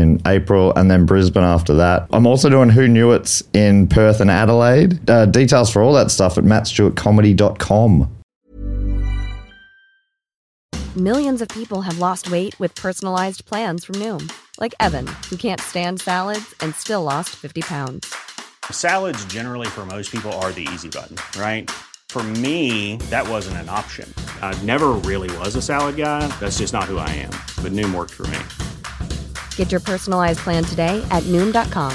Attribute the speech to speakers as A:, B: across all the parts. A: in April, and then Brisbane after that. I'm also doing Who Knew It's in Perth and Adelaide. Uh, details for all that stuff at mattstewartcomedy.com.
B: Millions of people have lost weight with personalized plans from Noom, like Evan, who can't stand salads and still lost 50 pounds.
C: Salads, generally, for most people, are the easy button, right? For me, that wasn't an option. I never really was a salad guy. That's just not who I am. But Noom worked for me.
B: Get your personalized plan today at Noom.com.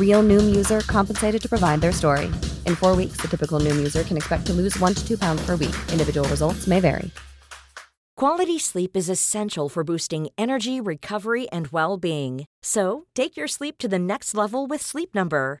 B: Real Noom user compensated to provide their story. In four weeks, the typical Noom user can expect to lose one to two pounds per week. Individual results may vary.
D: Quality sleep is essential for boosting energy, recovery, and well being. So, take your sleep to the next level with Sleep Number.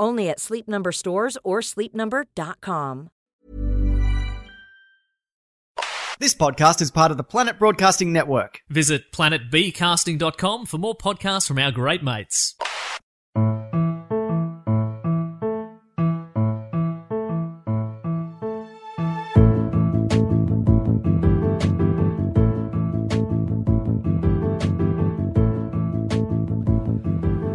D: Only at Sleep Number stores or sleepnumber.com.
E: This podcast is part of the Planet Broadcasting Network.
F: Visit planetbcasting.com for more podcasts from our great mates.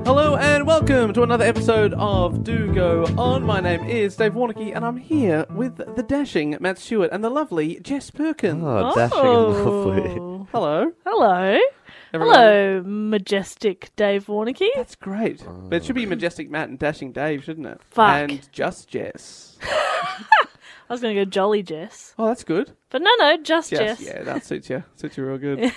G: Hello and welcome to another episode of Do Go On. My name is Dave Warnicky and I'm here with the dashing Matt Stewart and the lovely Jess Perkins.
A: Oh, dashing and lovely.
G: Hello.
H: Hello.
G: everyone.
H: Hello, majestic Dave Warnicky.
G: That's great. But it should be
A: Oh.
G: Majestic Matt and Dashing Dave, shouldn't it?
H: Fuck.
G: And Just Jess.
H: I was going to go Jolly Jess.
G: Oh, that's good.
H: But no, no, just
G: Jess.
H: Jess.
G: Yeah, that suits you. Suits you real good.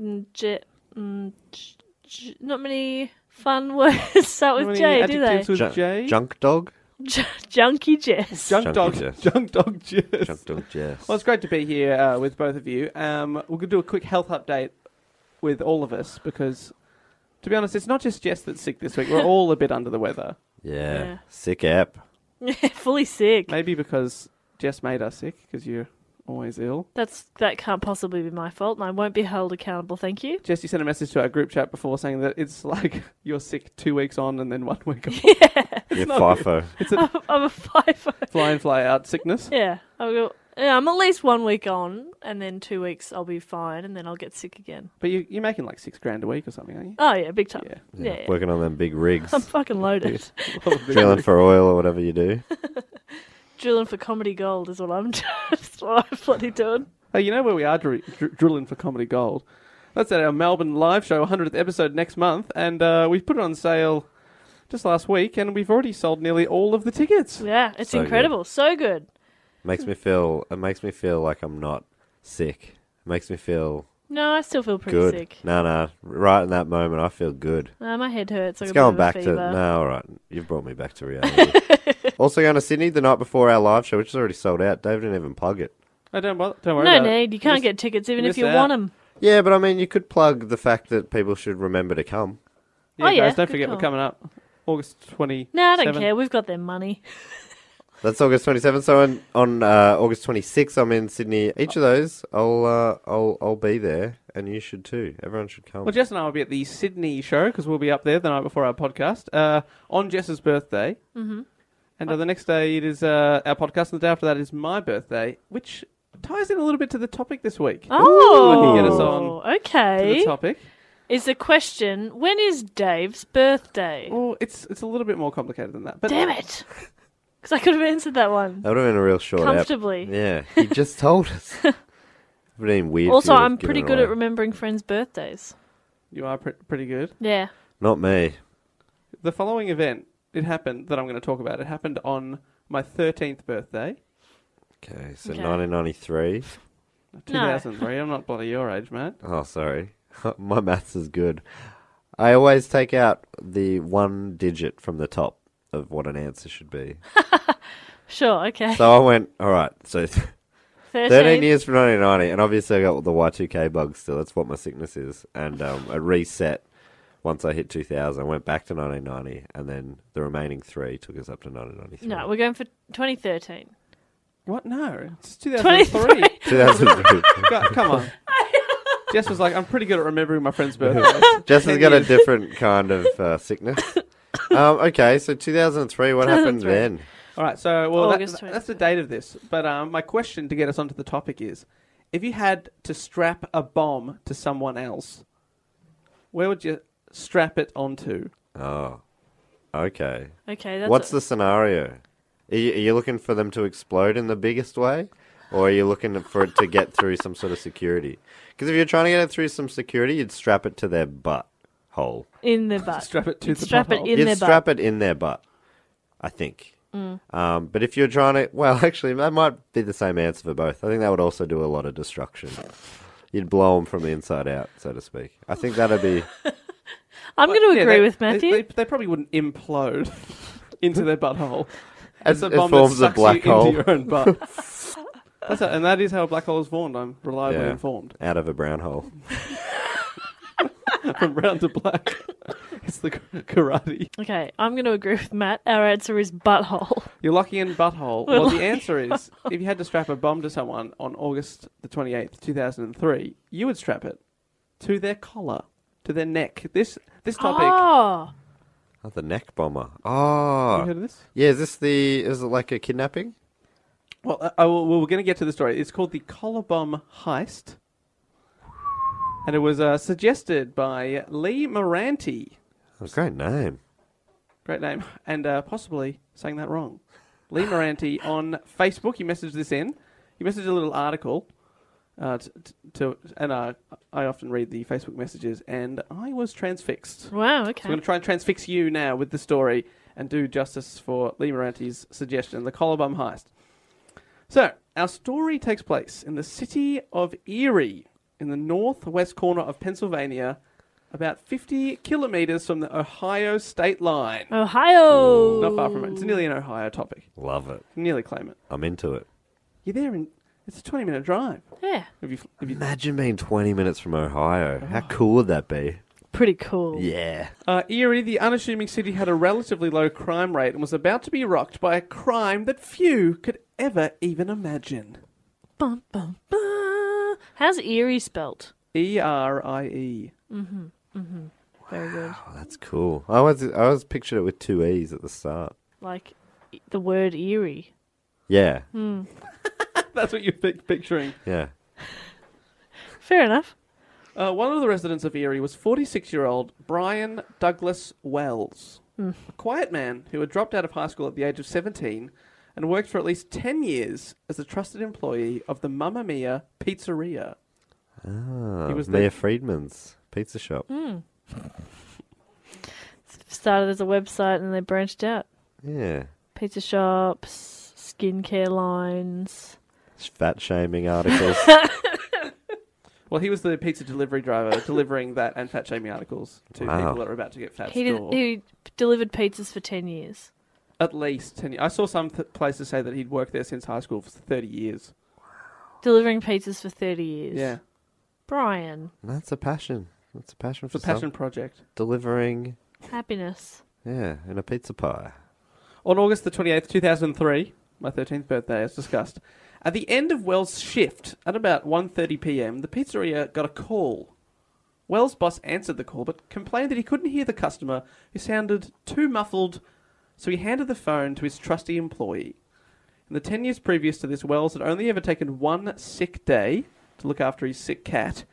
H: Mm, Je- mm, j- j- not many fun words start with
G: Any
H: J, do they?
G: adjectives with
I: Junk-
G: J?
I: Junk dog?
H: J- junkie Jess.
G: Junk
I: Junkie
G: dog.
I: Jess.
G: Junk dog Jess.
I: Junk dog, yes.
G: Well, it's great to be here uh, with both of you. Um, we're going to do a quick health update with all of us because, to be honest, it's not just Jess that's sick this week. We're all a bit under the weather.
I: yeah.
H: Yeah.
I: Sick app.
H: Fully sick.
G: Maybe because Jess made us sick because you're always ill.
H: That's that can't possibly be my fault, and I won't be held accountable. Thank you.
G: Jess, you sent a message to our group chat before saying that it's like you're sick two weeks on and then one week off.
I: Yeah, FIFO.
G: It's a
H: I'm a fiver.
G: fly in, fly out sickness.
H: yeah, I'll go. Yeah, I'm at least one week on, and then two weeks I'll be fine, and then I'll get sick again.
G: But you, you're making like six grand a week or something, aren't you?
H: Oh yeah, big time.
G: Yeah.
H: yeah, yeah.
I: Working on them big rigs.
H: I'm fucking loaded.
I: Drilling for oil or whatever you do.
H: drilling for comedy gold is what I'm just what I'm bloody doing.
G: Hey, you know where we are dri- dr- drilling for comedy gold? That's at our Melbourne live show, 100th episode next month, and uh, we put it on sale just last week, and we've already sold nearly all of the tickets.
H: Yeah, it's
I: So good.
H: incredible. So good.
I: Makes me feel it makes me feel like I'm not sick. It makes me feel
H: No, I still feel pretty
I: good.
H: sick.
I: No, no. Right in that moment I feel good.
H: Uh, my head hurts. I
I: It's
H: got a
I: going
H: bit of
I: back
H: a
I: to
H: fever.
I: no, all right. You've brought me back to reality. also going to Sydney the night before our live show, which is already sold out. Dave didn't even plug it.
G: I don't, bother, don't worry
H: No
G: about it.
H: need. You can't
G: Just-
H: get tickets even
G: you
H: if
G: miss
H: you
G: out.
H: want 'em.
I: Yeah, but I mean you could plug the fact that people should remember to come.
G: Yeah,
H: Oh,
G: guys,
H: yeah,
G: don't
H: good
G: forget we're
H: call.
G: coming up August 20.
H: No, I don't care. We've got their money.
I: That's August 27th. So on, on uh, August 26th, I'm in Sydney. Each of those, I'll uh, I'll I'll be there, and you should too. Everyone should come.
G: Well, Jess and I will be at the Sydney show because we'll be up there the night before our podcast uh, on Jess's birthday. Mm-hmm. And uh, the next day it is uh, our podcast, and the day after that is my birthday, which ties in a little bit to the topic this week.
H: Oh,
G: Get us on To the
J: Oh.
H: okay.
G: topic.
H: Is the question when is Dave's birthday?
G: Well, it's it's a little bit more complicated than that. But
H: Damn it! Because I could have answered that one.
I: that would have been a real short. app.
H: Comfortably.
I: Yeah, he just told us. It would have been weird.
H: Also,
I: if you would
H: I'm
I: have given
H: pretty
I: it
H: good
I: away.
H: at remembering friends' birthdays.
G: you are pre- pretty good.
H: Yeah.
I: Not me.
J: the following event, it happened that I'm going to talk about. It happened on my 13th birthday.
A: Okay, so
J: Okay.
A: 1993.
J: 2003. I'm not bloody your age, mate.
A: Oh, sorry. My maths is good. I always take out the one digit from the top of what an answer should be.
H: Sure, okay.
A: So I went, all right, so 13.
H: 13.
A: years from 1990, and obviously I got the Y2K bug still. That's what my sickness is. And um, I reset once I hit 2000. I went back to 1990, and then the remaining three took us up to 1993.
H: no, we're going for 2013.
J: What? No. It's 2003.
A: 2003.
J: Go- Come on. Jess was like, I'm pretty good at remembering my friend's birthday.
A: Jess has
J: 10
A: got a
J: years.
A: different kind of uh, sickness. um, okay, so 2003, what happened
J: 2003.
A: then?
J: All right, so well, that,
H: August
J: that's the date of this. But um, my question to get us onto the topic is: if you had to strap a bomb to someone else, where would you strap it onto?
A: Oh, okay.
H: Okay, that's
A: What's
H: a-
A: the scenario? Are you, are you looking for them to explode in the biggest way, or are you looking for it to get through some sort of security? Because if you're trying to get it through some security, you'd strap it to their butt hole.
H: In their butt.
J: Strap it to
H: You'd
J: the
H: Strap it
J: butthole.
H: in
A: you'd
H: their
A: strap
H: butt.
A: it in their butt, I think.
H: Mm.
A: Um, but if you're trying to, well, actually, that might be the same answer for both. I think that would also do a lot of destruction. You'd blow them from the inside out, so to speak. I think that'd be.
H: I'm
J: Like,
H: going to
J: yeah,
H: agree
J: they-
H: with
J: they-
H: Matthew.
J: They, they probably wouldn't implode into their butthole.
A: It-
J: It's a
A: it
J: bomb
A: forms a
J: that sucks
A: black
J: you
A: hole.
J: into your own butt. That's a, and that is how a black hole is formed. I'm reliably
A: yeah,
J: informed.
A: Out of a brown hole.
J: From brown to black, it's the karate.
H: Okay, I'm going to agree with Matt. Our answer is butthole.
J: You're locking in butthole.
H: We're
J: Well, the
H: locking
J: answer is if you had to strap a bomb to someone on August the 28th, 2003, you would strap it to their collar, to their neck. This this topic.
H: Oh,
A: Oh, the neck bomber. Oh.
J: You heard of this?
A: Yeah, is this the. Is it like a kidnapping?
J: Well, uh, I will- well, we're going to get to the story. It's called the collar bomb heist, and it was uh, suggested by Lee Moranti.
A: Oh, great name.
J: Great name, and uh, possibly saying that wrong. Lee Moranti on Facebook. He messaged this in. He messaged a little article. Uh, t- t- to and uh, I often read the Facebook messages, and I was transfixed.
H: wow,
J: So
H: okay.
J: I'm going to try and transfix you now with the story and do justice for Lee Moranti's suggestion, the Collarbum heist. So, our story takes place in the city of Erie, in the northwest corner of Pennsylvania, about 50 kilometers from the Ohio state line.
H: Ohio.
J: Not far from it. It's nearly an Ohio topic.
A: Love it.
J: Can nearly claim it.
A: I'm into it.
J: You're there in. It's a 20 minute drive.
H: Yeah,
J: If you, if you, Oh.
A: Imagine being 20 minutes from Ohio. How cool would that be?
H: pretty cool.
A: Yeah.
J: Uh, Erie, the unassuming city, had a relatively low crime rate and was about to be rocked by a crime that few could ever even imagine.
H: Bum, bum, bum. How's Erie spelt?
J: E R I E.
H: Very good.
A: Oh, that's cool. I was I always pictured it with two E's at the start.
H: Like e- the word Erie.
A: Yeah.
J: That's what you're pic- picturing.
A: Yeah.
H: Fair enough.
J: Uh, one of the residents of Erie was 46 year old Brian Douglas Wells,
H: Hmm.
J: a quiet man who had dropped out of high school at the age of 17 and worked for at least 10 years as a trusted employee of the Mamma Mia Pizzeria.
A: Ah,
J: He was the-
A: Mia Friedman's pizza shop.
H: Started as a website and they branched out.
A: Yeah.
H: Pizza shops, skincare lines.
A: Fat shaming articles.
J: Well, he was the pizza delivery driver delivering that and fat shaming articles to
A: Wow.
J: people that were about to get fat
H: He, did,
J: store.
H: he delivered pizzas for 10 years.
J: At least 10 years. I saw some th- places say that he'd worked there since high school for 30 years.
H: Delivering pizzas for 30 years.
J: Yeah.
H: Brian,
A: that's a passion. That's a passion
J: It's
A: for
J: a passion
A: passion.
J: project.
A: delivering.
H: happiness.
A: Yeah, in a pizza pie.
J: On August the 28th, 2003, my 13th birthday, as discussed, at the end of Wells' shift at about 1.30 p.m., the pizzeria got a call. Wells' boss answered the call but complained that he couldn't hear the customer who sounded too muffled, so he handed the phone to his trusty employee. In the 10 years previous to this, Wells had only ever taken one sick day to look after his sick cat,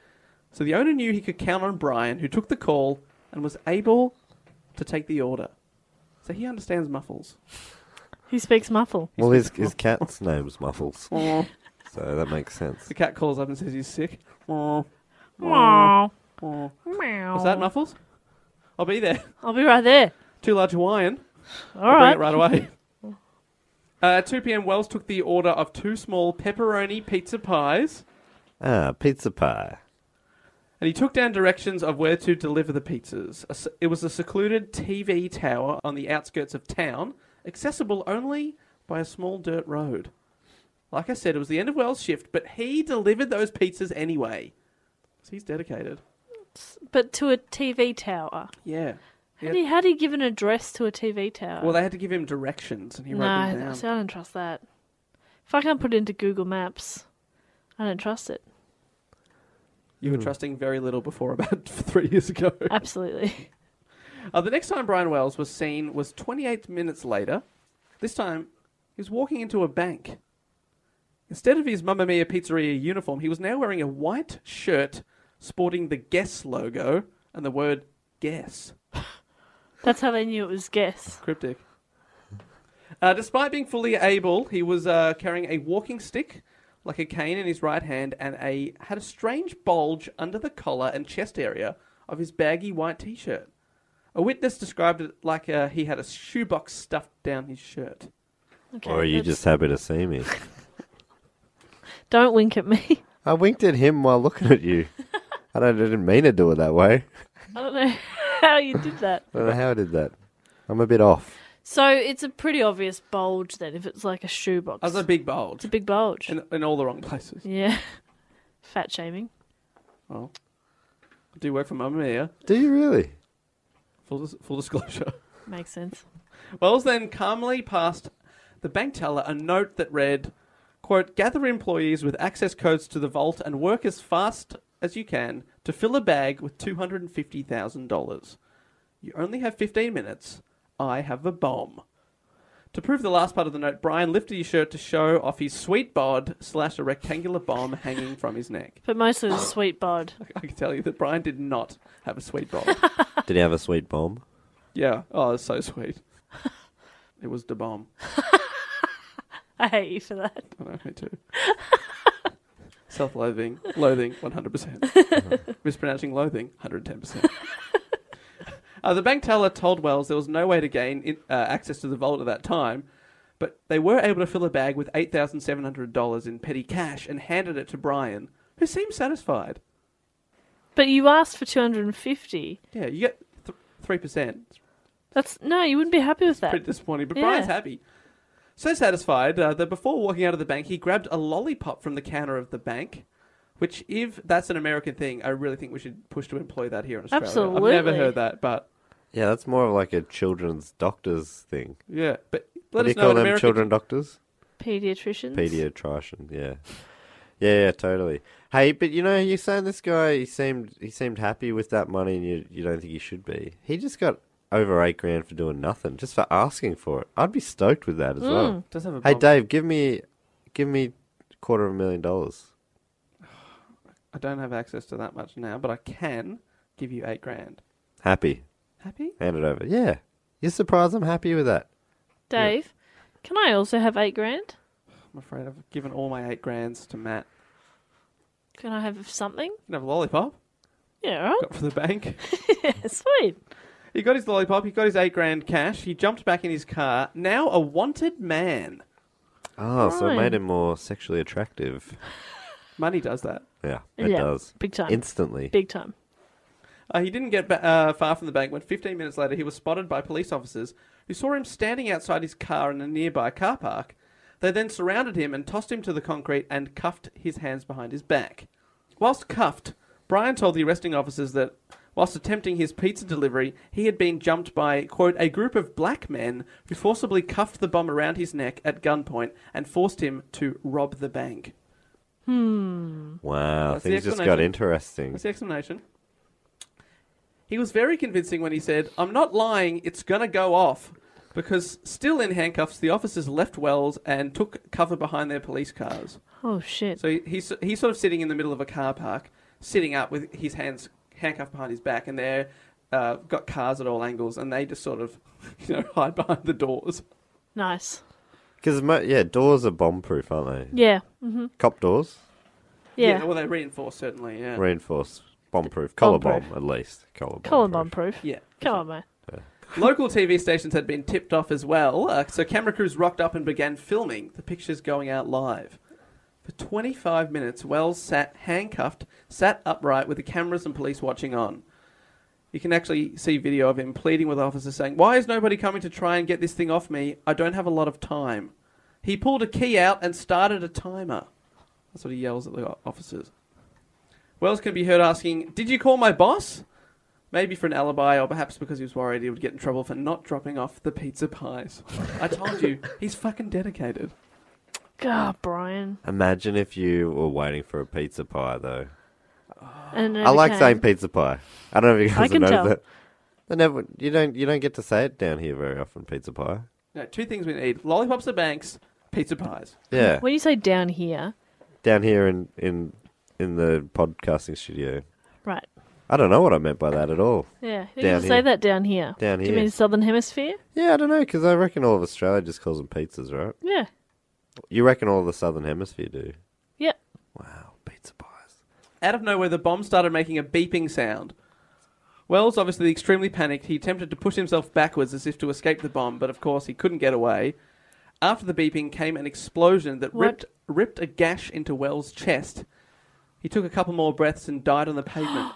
J: so the owner knew he could count on Brian, who took the call and was able to take the order. So he understands muffles.
H: He speaks muffle.
A: Well, his his cat's name's Muffles, so that makes sense.
J: The cat calls up and says he's sick. Meow.
H: Meow.
J: Meow.
H: Meow.
J: Was that Muffles? I'll be there.
H: I'll be right there.
J: Too large Hawaiian.
H: All
J: I'll
H: right.
J: Bring it right away. Uh, 2 p.m. Wells took the order of two small pepperoni pizza pies,
I: Ah, pizza pie.
J: and he took down directions of where to deliver the pizzas. A s- It was a secluded TV tower on the outskirts of town, accessible only by a small dirt road. Like I said, it was the end of Wells' shift, but he delivered those pizzas anyway. 'Cause he's dedicated.
H: But to a TV tower.
J: Yeah.
H: How do you, how do you give an address to a TV tower?
J: Well, they had to give him directions, and he
H: no,
J: wrote them down.
H: I see, I don't trust that. If I can't put it into Google Maps, I don't trust it.
J: You were
H: Hmm.
J: trusting very little before about three years ago.
H: Absolutely.
J: Uh, the next time Brian Wells was seen was 28 minutes later. This time, he was walking into a bank. Instead of his Mamma Mia Pizzeria uniform, he was now wearing a white shirt sporting the Guess logo and the word Guess.
H: That's how they knew it was guess.
J: Cryptic. Uh, despite being fully able, he was uh, carrying a walking stick, like a cane, in his right hand, and a had a strange bulge under the collar and chest area of his baggy white t-shirt. A witness described it like uh, he had a shoebox stuffed down his shirt.
H: Okay,
I: Or are you
H: that's-
I: just happy to see me?
H: Don't wink at me.
I: I winked at him while looking at you. I, don't, I didn't mean to do it that way.
H: I don't know how you did that.
I: I don't know how I did that. I'm a bit off.
H: So it's a pretty obvious bulge then, if it's like a shoebox.
J: That was a big bulge. It's a
H: big bulge.
J: In, in all the wrong places.
H: Yeah. Fat shaming.
J: Well, I do work for Mamma Mia.
I: Do you really?
J: Full, dis- full disclosure.
H: Makes sense.
J: Wells then calmly passed the bank teller a note that read, quote, gather employees with access codes to the vault and work as fast as you can to fill a bag with $250,000. You only have 15 minutes. I have a bomb. To prove the last part of the note, Brian lifted his shirt to show off his sweet bod slash a rectangular bomb hanging from his neck.
H: But mostly the sweet bod.
J: I can tell you that Brian did not have a sweet bod.
I: Did he have a sweet bomb?
J: yeah. Oh, that's so sweet. It was the bomb.
H: I hate you for that.
J: I know, me too. Self-loathing, loathing, 100%. Mispronouncing loathing, 110%. uh, the bank teller told Wells there was no way to gain in, uh, access to the vault at that time, but they were able to fill a bag with $8,700 in petty cash and handed it to Brian, who seemed satisfied.
H: But you asked for 250.
J: Yeah, you get th- 3%.
H: That's no, you wouldn't be happy with that.
J: Pretty disappointing, but
H: Yeah.
J: Brian's happy. So satisfied uh, that before walking out of the bank, he grabbed a lollipop from the counter of the bank. Which, if that's an American thing, I really think we should push to employ that here in Australia. I've never
H: Absolutely.
J: heard that, but
I: Yeah, that's more of like a children's doctor's thing.
J: yeah. But
I: what
J: let
I: do you
J: us know
I: call
J: in
I: them,
J: America-
I: children doctors?
H: Pediatricians.
I: Pediatrician, yeah. Yeah, yeah, totally. Hey, but you know, you're saying this guy he seemed he seemed happy with that money and you you don't think he should be. He just got over eight grand for doing nothing, just for asking for it. I'd be stoked with that as well.
J: Mm. Does have a
I: hey
J: bomb.
I: Dave, give me give me quarter of a million dollars.
J: I don't have access to that much now, but I can give you eight grand.
I: Happy.
J: Happy?
I: Hand it over. Yeah. You're surprised I'm happy with that.
H: Dave, can I also have eight grand?
J: I'm afraid I've given all my eight grands to Matt.
H: Can I have something?
J: You can have a lollipop.
H: Yeah, all right.
J: Got from the bank.
H: yeah, sweet.
J: He got his lollipop. He got his eight grand cash. He jumped back in his car. Now a wanted man.
I: Oh, so it
J: Right.
I: made him more sexually attractive.
J: Money does that.
I: Yeah, it
J: Yeah,
I: does.
J: big time.
I: Instantly.
H: Big time.
J: Uh, he didn't get ba- uh, far from the bank when 15 minutes later he was spotted by police officers who saw him standing outside his car in a nearby car park. They then surrounded him and tossed him to the concrete and cuffed his hands behind his back. Whilst cuffed, Brian told the arresting officers that whilst attempting his pizza delivery, he had been jumped by, quote, a group of black men who forcibly cuffed the bomb around his neck at gunpoint and forced him to rob the bank.
H: Hmm.
I: Wow,
J: That's the
I: things just got
J: explanation.
I: interesting.
J: That's the explanation. He was very convincing when he said, I'm not lying, it's going to go off. Because still in handcuffs, the officers left Wells and took cover behind their police cars.
H: Oh shit.
J: So he- he's, he's sort of sitting in the middle of a car park, sitting up with his hands handcuffed behind his back, and they're uh, got cars at all angles, and they just sort of, you know, hide behind the doors.
H: Nice.
I: Because yeah, doors are bomb proof, aren't they?
H: Yeah. Mhm.
I: Cop doors,
H: Yeah.
J: well, they reinforce certainly. Yeah.
I: reinforced, bomb proof, collar bomb,
H: Bomb-proof.
I: at least collar bomb.
H: Collar bomb proof.
J: Yeah.
H: Come on, mate.
I: Yeah.
J: Local TV stations had been tipped off as well, uh, so camera crews rocked up and began filming the pictures going out live. For 25 minutes, Wells sat handcuffed, sat upright with the cameras and police watching on. You can actually see video of him pleading with officers saying, Why is nobody coming to try and get this thing off me? I don't have a lot of time. He pulled a key out and started a timer. That's what he yells at the o- officers. Wells can be heard asking, Did you call my boss? Maybe for an alibi, or perhaps because he was worried he would get in trouble for not dropping off the pizza pies. I told you, he's fucking dedicated.
H: God, Brian.
I: Imagine if you were waiting for a pizza pie, though.
H: And
I: I
H: it
I: like
H: came.
I: saying pizza pie. I don't know if you
H: I
I: guys have
H: can
I: noticed
H: tell.
I: that. They never, you don't, you don't get to say it down here very often. Pizza pie.
J: No, two things we need lollipops at banks, pizza pies.
I: Yeah,
H: When you say down here,
I: down here in in in the podcasting studio.
H: right?
I: I don't know what I meant by that at all.
H: Yeah, you
I: Down
H: can say
I: here.
H: that down here.
I: Down
H: Do you
I: here.
H: mean Southern Hemisphere?
I: Yeah, I don't know because I reckon all of Australia just calls them pizzas, right?
H: Yeah,
I: You reckon all the Southern Hemisphere do?
H: yeah.
J: Out of nowhere, the bomb started making a beeping sound. Wells, obviously extremely panicked, he attempted to push himself backwards as if to escape the bomb, but of course he couldn't get away. After the beeping came an explosion that
H: What?
J: ripped, ripped a gash into Wells' chest. He took a couple more breaths and died on the pavement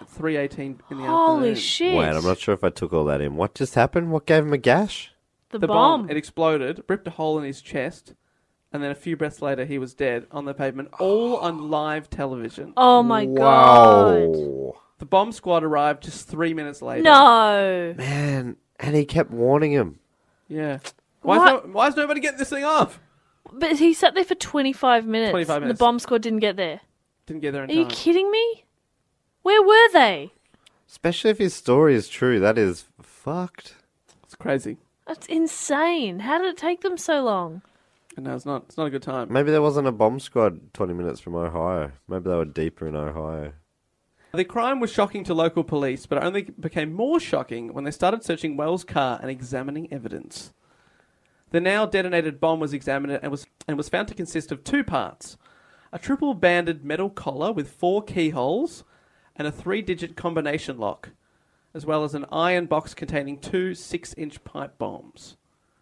J: at 3.18 in the afternoon.
H: Holy shit!
I: Wait, I'm not sure if I took all that in. What just happened? What gave him a gash?
H: The,
J: the bomb.
H: bomb.
J: It exploded, ripped a hole in his chest, and then a few breaths later, he was dead on the pavement, all on live television.
H: Oh my
I: Wow.
J: The bomb squad arrived just three minutes
H: god!
J: later.
H: No.
I: Man, and he kept warning him.
J: Yeah. Why is,
H: What?
J: no, why is nobody getting this thing off?
H: But he sat there for 25 minutes.
J: 25
H: and
J: minutes.
H: the bomb squad didn't get there.
J: Didn't get there in
H: Are you
J: time.
H: kidding me? Where were they?
I: Especially if his story is true, that is fucked.
J: It's crazy.
H: That's insane. How did it take them so long?
J: No, it's not. It's not a good time.
I: Maybe there wasn't a bomb squad 20 minutes from Ohio. Maybe they were deeper in Ohio.
J: The crime was shocking to local police, but it only became more shocking when they started searching Wells' car and examining evidence. The now detonated bomb was examined and was and was found to consist of two parts: a triple banded metal collar with four keyholes and a three-digit combination lock, as well as an iron box containing two six-inch pipe bombs.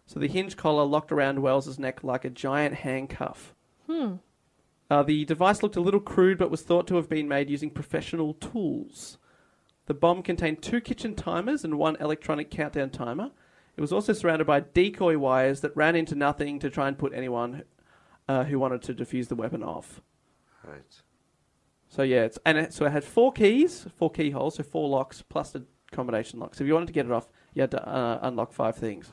J: So the hinge collar locked around Wells's neck like a giant handcuff.
H: Hmm.
J: Uh, the device looked a little crude but was thought to have been made using professional tools. The bomb contained two kitchen timers and one electronic countdown timer. It was also surrounded by decoy wires that ran into nothing to try and put anyone uh, who wanted to defuse the weapon off.
I: Right.
J: So yeah, it's and it, so it had four keys, four keyholes, so four locks plus the combination lock. So if you wanted to get it off, you had to uh, unlock five things.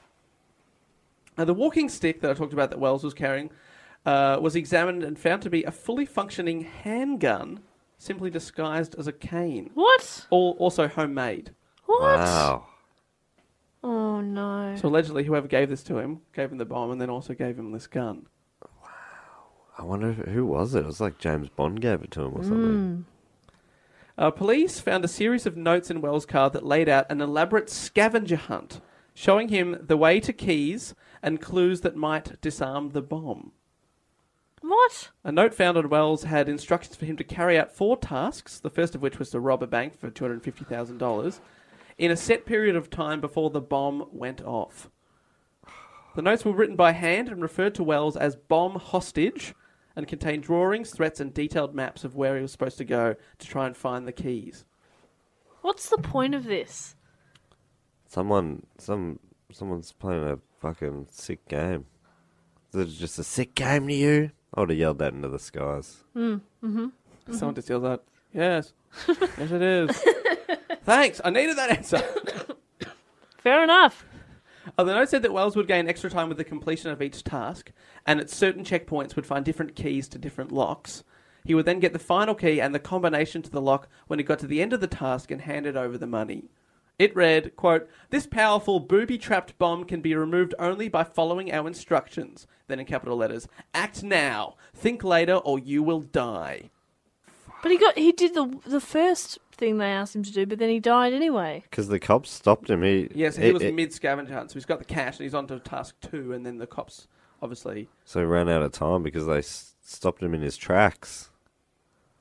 J: Now the walking stick that I talked about that Wells was carrying uh, was examined and found to be a fully functioning handgun, simply disguised as a cane.
H: What?
J: All also homemade.
H: What?
I: Wow.
H: Oh no.
J: So allegedly, whoever gave this to him gave him the bomb and then also gave him this gun.
I: I wonder if, who was it? It was like James Bond gave it to him or something.
J: Uh, police found a series of notes in Wells' car that laid out an elaborate scavenger hunt, showing him the way to keys and clues that might disarm the bomb.
H: What?
J: A note found on Wells had instructions for him to carry out four tasks, the first of which was to rob a bank for $250,000 in a set period of time before the bomb went off. The notes were written by hand and referred to Wells as bomb hostage and contained drawings, threats, and detailed maps of where he was supposed to go to try and find the keys.
H: What's the point of this?
I: Someone, some, someone's playing a fucking sick game. Is it just a sick game to you? I would have yelled that into the skies.
H: Mm. Mm-hmm.
J: Someone just yells out, Yes, yes, it is. Thanks, I needed that answer.
H: Fair enough.
J: Oh, the note said that Wells would gain extra time with the completion of each task, and at certain checkpoints would find different keys to different locks. He would then get the final key and the combination to the lock when he got to the end of the task and handed over the money. It read, quote, This powerful booby-trapped bomb can be removed only by following our instructions. Then in capital letters, Act now, think later, or you will die.
H: But he got he did the the first thing they asked him to do, but then he died anyway.
I: Because the cops stopped him. He
J: Yes, he was mid scavenger hunt, so he's got the cash and he's on to task two, and then the cops obviously.
I: so he ran out of time because they s- stopped him in his tracks.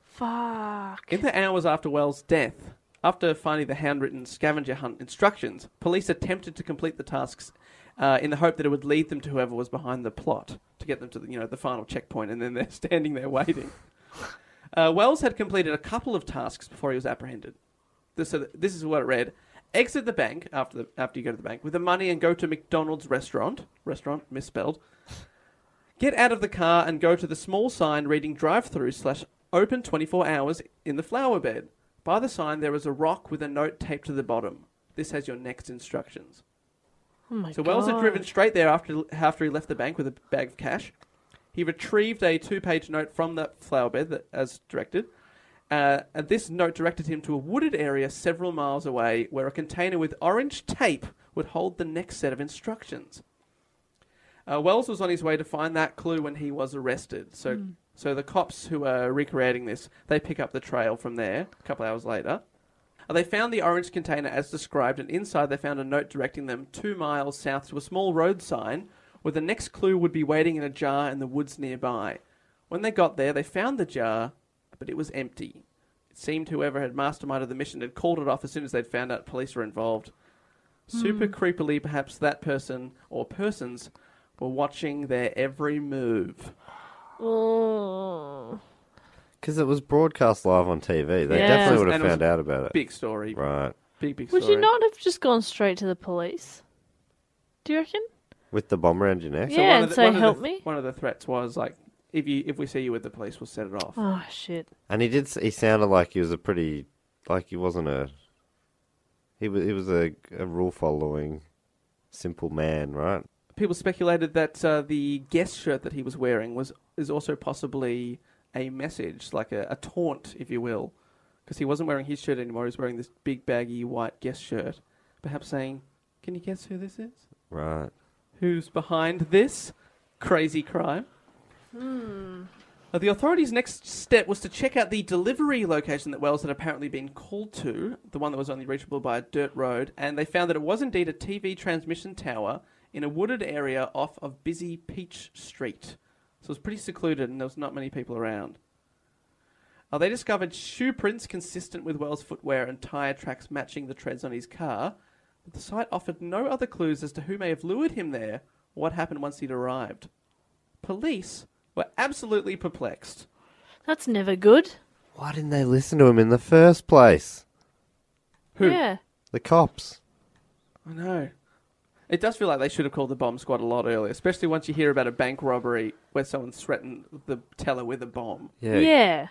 H: Fuck.
J: In the hours after Wells' death, After finding the handwritten scavenger hunt instructions, police attempted to complete the tasks uh, in the hope that it would lead them to whoever was behind the plot to get them to the, you know the final checkpoint, and then they're standing there waiting. Uh, Wells had completed a couple of tasks before he was apprehended. This, so th- this is what it read: exit the bank after the, after you go to the bank with the money and go to McDonald's restaurant. Restaurant misspelled. Get out of the car and go to the small sign reading drive through slash open 24 hours in the flower bed. By the sign, there is a rock with a note taped to the bottom. This has your next instructions.
H: Oh my
J: so Wells had
H: God.
J: driven straight there after, after he left the bank with a bag of cash. He retrieved a two page note from the flower bed that, as directed. Uh, and this note directed him to a wooded area several miles away where a container with orange tape would hold the next set of instructions. Uh, Wells was on his way to find that clue when he was arrested. So,
H: Hmm.
J: so the cops who are recreating this, they pick up the trail from there a couple hours later. Uh, they found the orange container as described, and inside they found a note directing them two miles south to a small road sign where the next clue would be waiting in a jar in the woods nearby. When they got there, they found the jar, but it was empty. It seemed whoever had masterminded the mission had called it off as soon as they'd found out police were involved. Super creepily, perhaps that person or persons were watching their every move.
H: Oh.
I: Because it was broadcast live on TV. They
H: Yeah.
I: definitely would
J: And
I: have
J: it was
I: found out about it.
J: Big story.
I: Right.
J: Big, big
H: Would
J: story.
H: you not have just gone straight to the police? Do you reckon?
I: With the bomb around your neck?
H: Yeah,
J: one of
H: and say,
J: one of
H: "Help
J: the,
H: me."
J: One of the threats was like, if you if we see you with the police, we'll set it off.
H: Oh shit.
I: And he did. s- He sounded like he was a pretty, like he wasn't a. He was. He was a, a rule following, simple man, right?
J: People speculated that uh, the guest shirt that he was wearing was is also possibly a message, like a, a taunt, if you will, because he wasn't wearing his shirt anymore. He was wearing this big baggy white guest shirt, perhaps saying, "Can you guess who this is?
I: Right.
J: Who's behind this crazy crime?"
H: Hmm.
J: Uh, The authorities' next step was to check out the delivery location that Wells had apparently been called to, the one that was only reachable by a dirt road, and they found that it was indeed a TV transmission tower in a wooded area off of busy Peach Street. So it was pretty secluded and there was not many people around. Uh, they discovered shoe prints consistent with Wells' footwear and tyre tracks matching the treads on his car, but the site offered no other clues as to who may have lured him there or what happened once he'd arrived. Police were absolutely perplexed.
H: That's never good.
I: Why didn't they listen to him in the first place?
J: Who?
H: Yeah.
I: The cops.
J: I know. It does feel like they should have called the bomb squad a lot earlier, especially once you hear about a bank robbery where someone threatened the teller with a bomb.
H: Yeah. Yeah.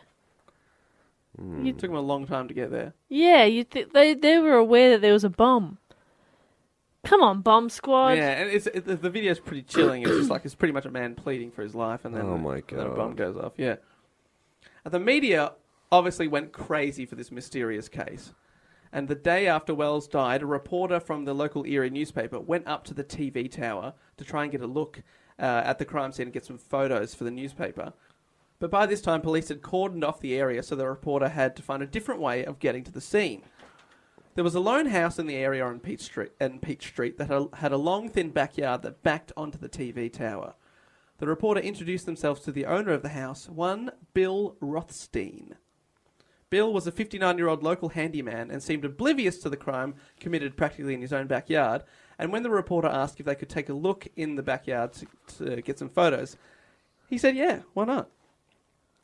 I: Mm.
J: It took them a long time to get there.
H: you th- they they were aware that there was a bomb. Come on, bomb squad.
J: Yeah, and it's it, the- the video's pretty chilling. It's just like it's pretty much a man pleading for his life, and then
I: Oh my
J: then a bomb
I: God.
J: goes off. Yeah, and the media obviously went crazy for this mysterious case. And the day after Wells died, a reporter from the local Erie newspaper went up to the TV tower to try and get a look uh, at the crime scene and get some photos for the newspaper. But by this time, police had cordoned off the area, so the reporter had to find a different way of getting to the scene. There was a lone house in the area on Peach Street, and Peach Street that had- had a long, thin backyard that backed onto the TV tower. The reporter introduced themselves to the owner of the house, one Bill Rothstein. Bill was a 59 year old local handyman and seemed oblivious to the crime committed practically in his own backyard. And when the reporter asked if they could take a look in the backyard to, to get some photos, he said, Yeah, why not?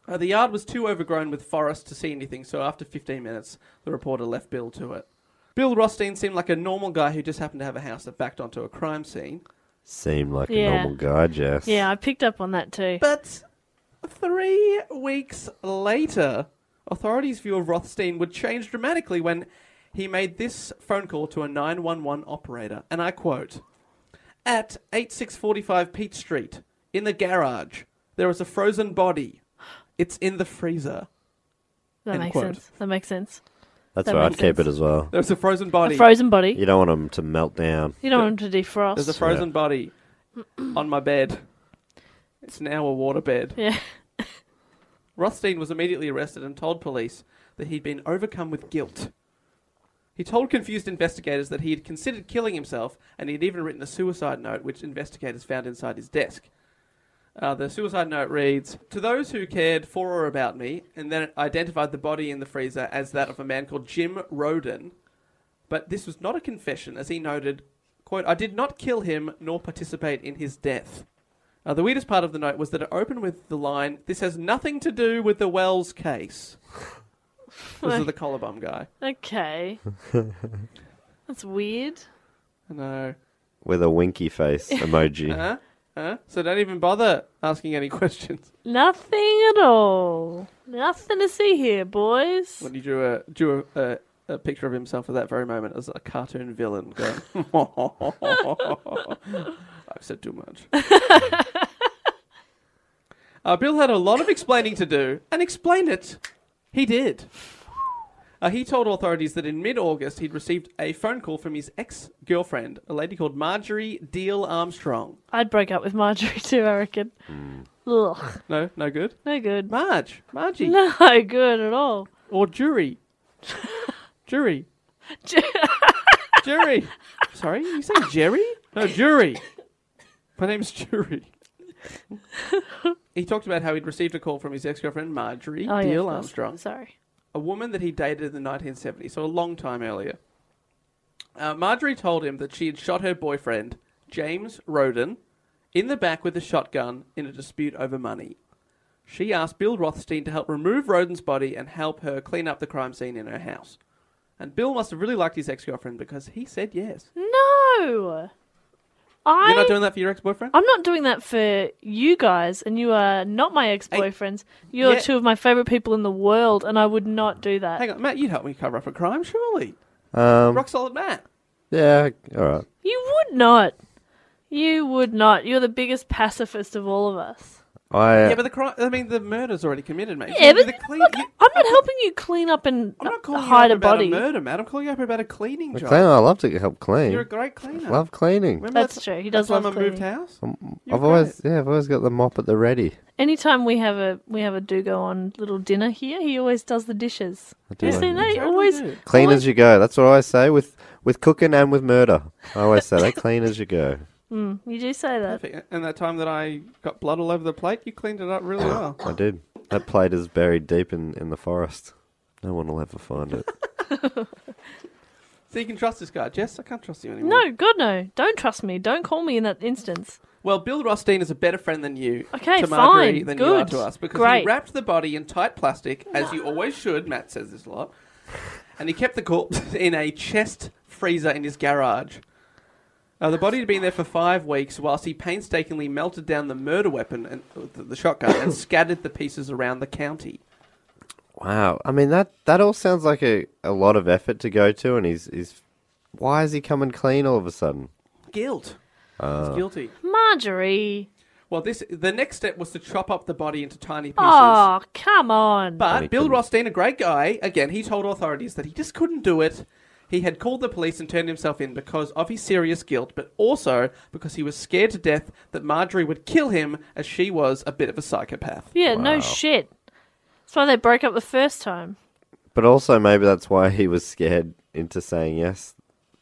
J: Uh, the yard was too overgrown with forest to see anything, so after 15 minutes, the reporter left Bill to it. Bill Rothstein seemed like a normal guy who just happened to have a house that backed onto a crime scene.
I: Seemed like
H: Yeah.
I: a normal guy, Jess.
H: Yeah, I picked up on that too.
J: But three weeks later, authorities' view of Rothstein would change dramatically when he made this phone call to a 911 operator, and I quote At 8645 Peach Street, in the garage, there is a frozen body. It's in the freezer.
H: that
J: end
H: makes
J: quote.
H: sense. That makes sense.
I: That's
H: That
I: where I'd
H: makes
I: keep
H: sense.
I: it as well.
J: There's a frozen body.
H: A frozen body.
I: You don't want him to melt down.
H: You don't want him to defrost.
J: There's a frozen body on my bed. It's now a water bed.
H: Yeah.
J: Rothstein was immediately arrested and told police that he'd been overcome with guilt. He told confused investigators that he had considered killing himself and he had even written a suicide note, which investigators found inside his desk. Uh, the suicide note reads To those who cared for or about me, and then it identified the body in the freezer as that of a man called Jim Roden. But this was not a confession, as he noted, quote, I did not kill him nor participate in his death. Uh, the weirdest part of the note was that it opened with the line, This has nothing to do with the Wells case. this is the collar bum guy.
H: Okay. That's weird.
J: I know.
I: With a winky face emoji.
J: Huh? Huh? Uh-huh. So don't even bother asking any questions.
H: Nothing at all. Nothing to see here, boys.
J: When he drew a drew a, a, a picture of himself at that very moment as a cartoon villain, going, "I've said too much." uh, Bill had a lot of explaining to do, and explain it he did. Uh, he told authorities that in mid-August he'd received a phone call from his ex-girlfriend, a lady called Marjorie Deal Armstrong.
H: I'd break up with Marjorie too, I reckon. Ugh.
J: No, no good.
H: No good.
J: Marge, Margie,
H: No good at all.
J: or jury, jury. Jerry. Sorry, you say Jerry? No, Jury. My name's Jury. he talked about how he'd received a call from his ex-girlfriend Marjorie
H: Oh, yeah, of
J: Deal
H: course.
J: Armstrong,
H: Sorry.
J: a woman that he dated in the 1970s, so a long time earlier. Uh, Marjorie told him that she had shot her boyfriend James Roden in the back with a shotgun in a dispute over money. She asked Bill Rothstein to help remove Roden's body and help her clean up the crime scene in her house. And Bill must have really liked his ex-girlfriend because he said yes.
H: No. I.
J: You're not doing that for your ex-boyfriend?
H: I'm not doing that for you guys, and you are not my ex-boyfriends. You're
J: yeah.
H: two of my favorite people in the world, and I would not do that.
J: Hang on, Matt, you'd help me cover up a crime, surely.
I: Um,
J: Rock solid Matt.
I: yeah, all right.
H: You would not. You would not. You're the biggest pacifist of all of us.
I: I, uh,
J: Yeah, but the crime, I mean, the murder's already committed, mate.
H: Yeah,
J: You-
H: but
J: the clean,
H: look,
J: you-
H: I'm not helping you clean up and
J: I'm not calling
H: hide
J: you
H: a
J: up about
H: body.
J: a murder, Matt. I'm calling you up about a cleaning job.
I: clean, I love to help clean.
J: You're a great cleaner.
I: love cleaning. Um,
J: Remember
H: That's
J: that-
H: true. He
J: that
H: does
J: time
H: love
J: I moved
H: cleaning.
J: house? You're
I: I've always, yeah, I've always got the mop at the ready.
H: Anytime we have a we have a do go on little dinner here, he always does the dishes.
I: do
H: you
I: like
H: seen
I: the
H: that? He
J: dishes.
H: always
J: Totally do.
I: Clean
H: always-
I: as you go. That's what I always say with with cooking and with murder. I always say that. Clean as you go.
H: Mm, you do say that.
J: Perfect. And that time that I got blood all over the plate, you cleaned it up really well.
I: I did. That plate is buried deep in, in the forest. No one will ever find it.
J: So you can trust this guy, Jess. I can't trust you anymore.
H: No, God no. Don't trust me. Don't call me in that instance.
J: Well, Bill Rothstein is a better friend than you
H: Okay,
J: to Marjorie
H: fine,
J: than you
H: good,
J: are to us because he
H: great.
J: wrapped the body in tight plastic, as you always should. Matt says this a lot, and he kept the corpse in a chest freezer in his garage. Uh, the body had been there for five weeks, whilst he painstakingly melted down the murder weapon and uh, the, the shotgun and scattered the pieces around the county.
I: Wow. I mean that that all sounds like a, a lot of effort to go to, and he's he's why is he coming clean all of a sudden?
J: Guilt. He's guilty.
H: Marjorie.
J: Well, this the next step was to chop up the body into tiny pieces.
H: Oh, come on.
J: But Bill
I: couldn't.
J: Rothstein, a great guy, again, he told authorities that he just couldn't do it. He had called the police and turned himself in because of his serious guilt, but also because he was scared to death that Marjorie would kill him, as she was a bit of a psychopath.
H: yeah, no shit. That's why they broke up the first time.
I: But also maybe that's why he was scared into saying yes.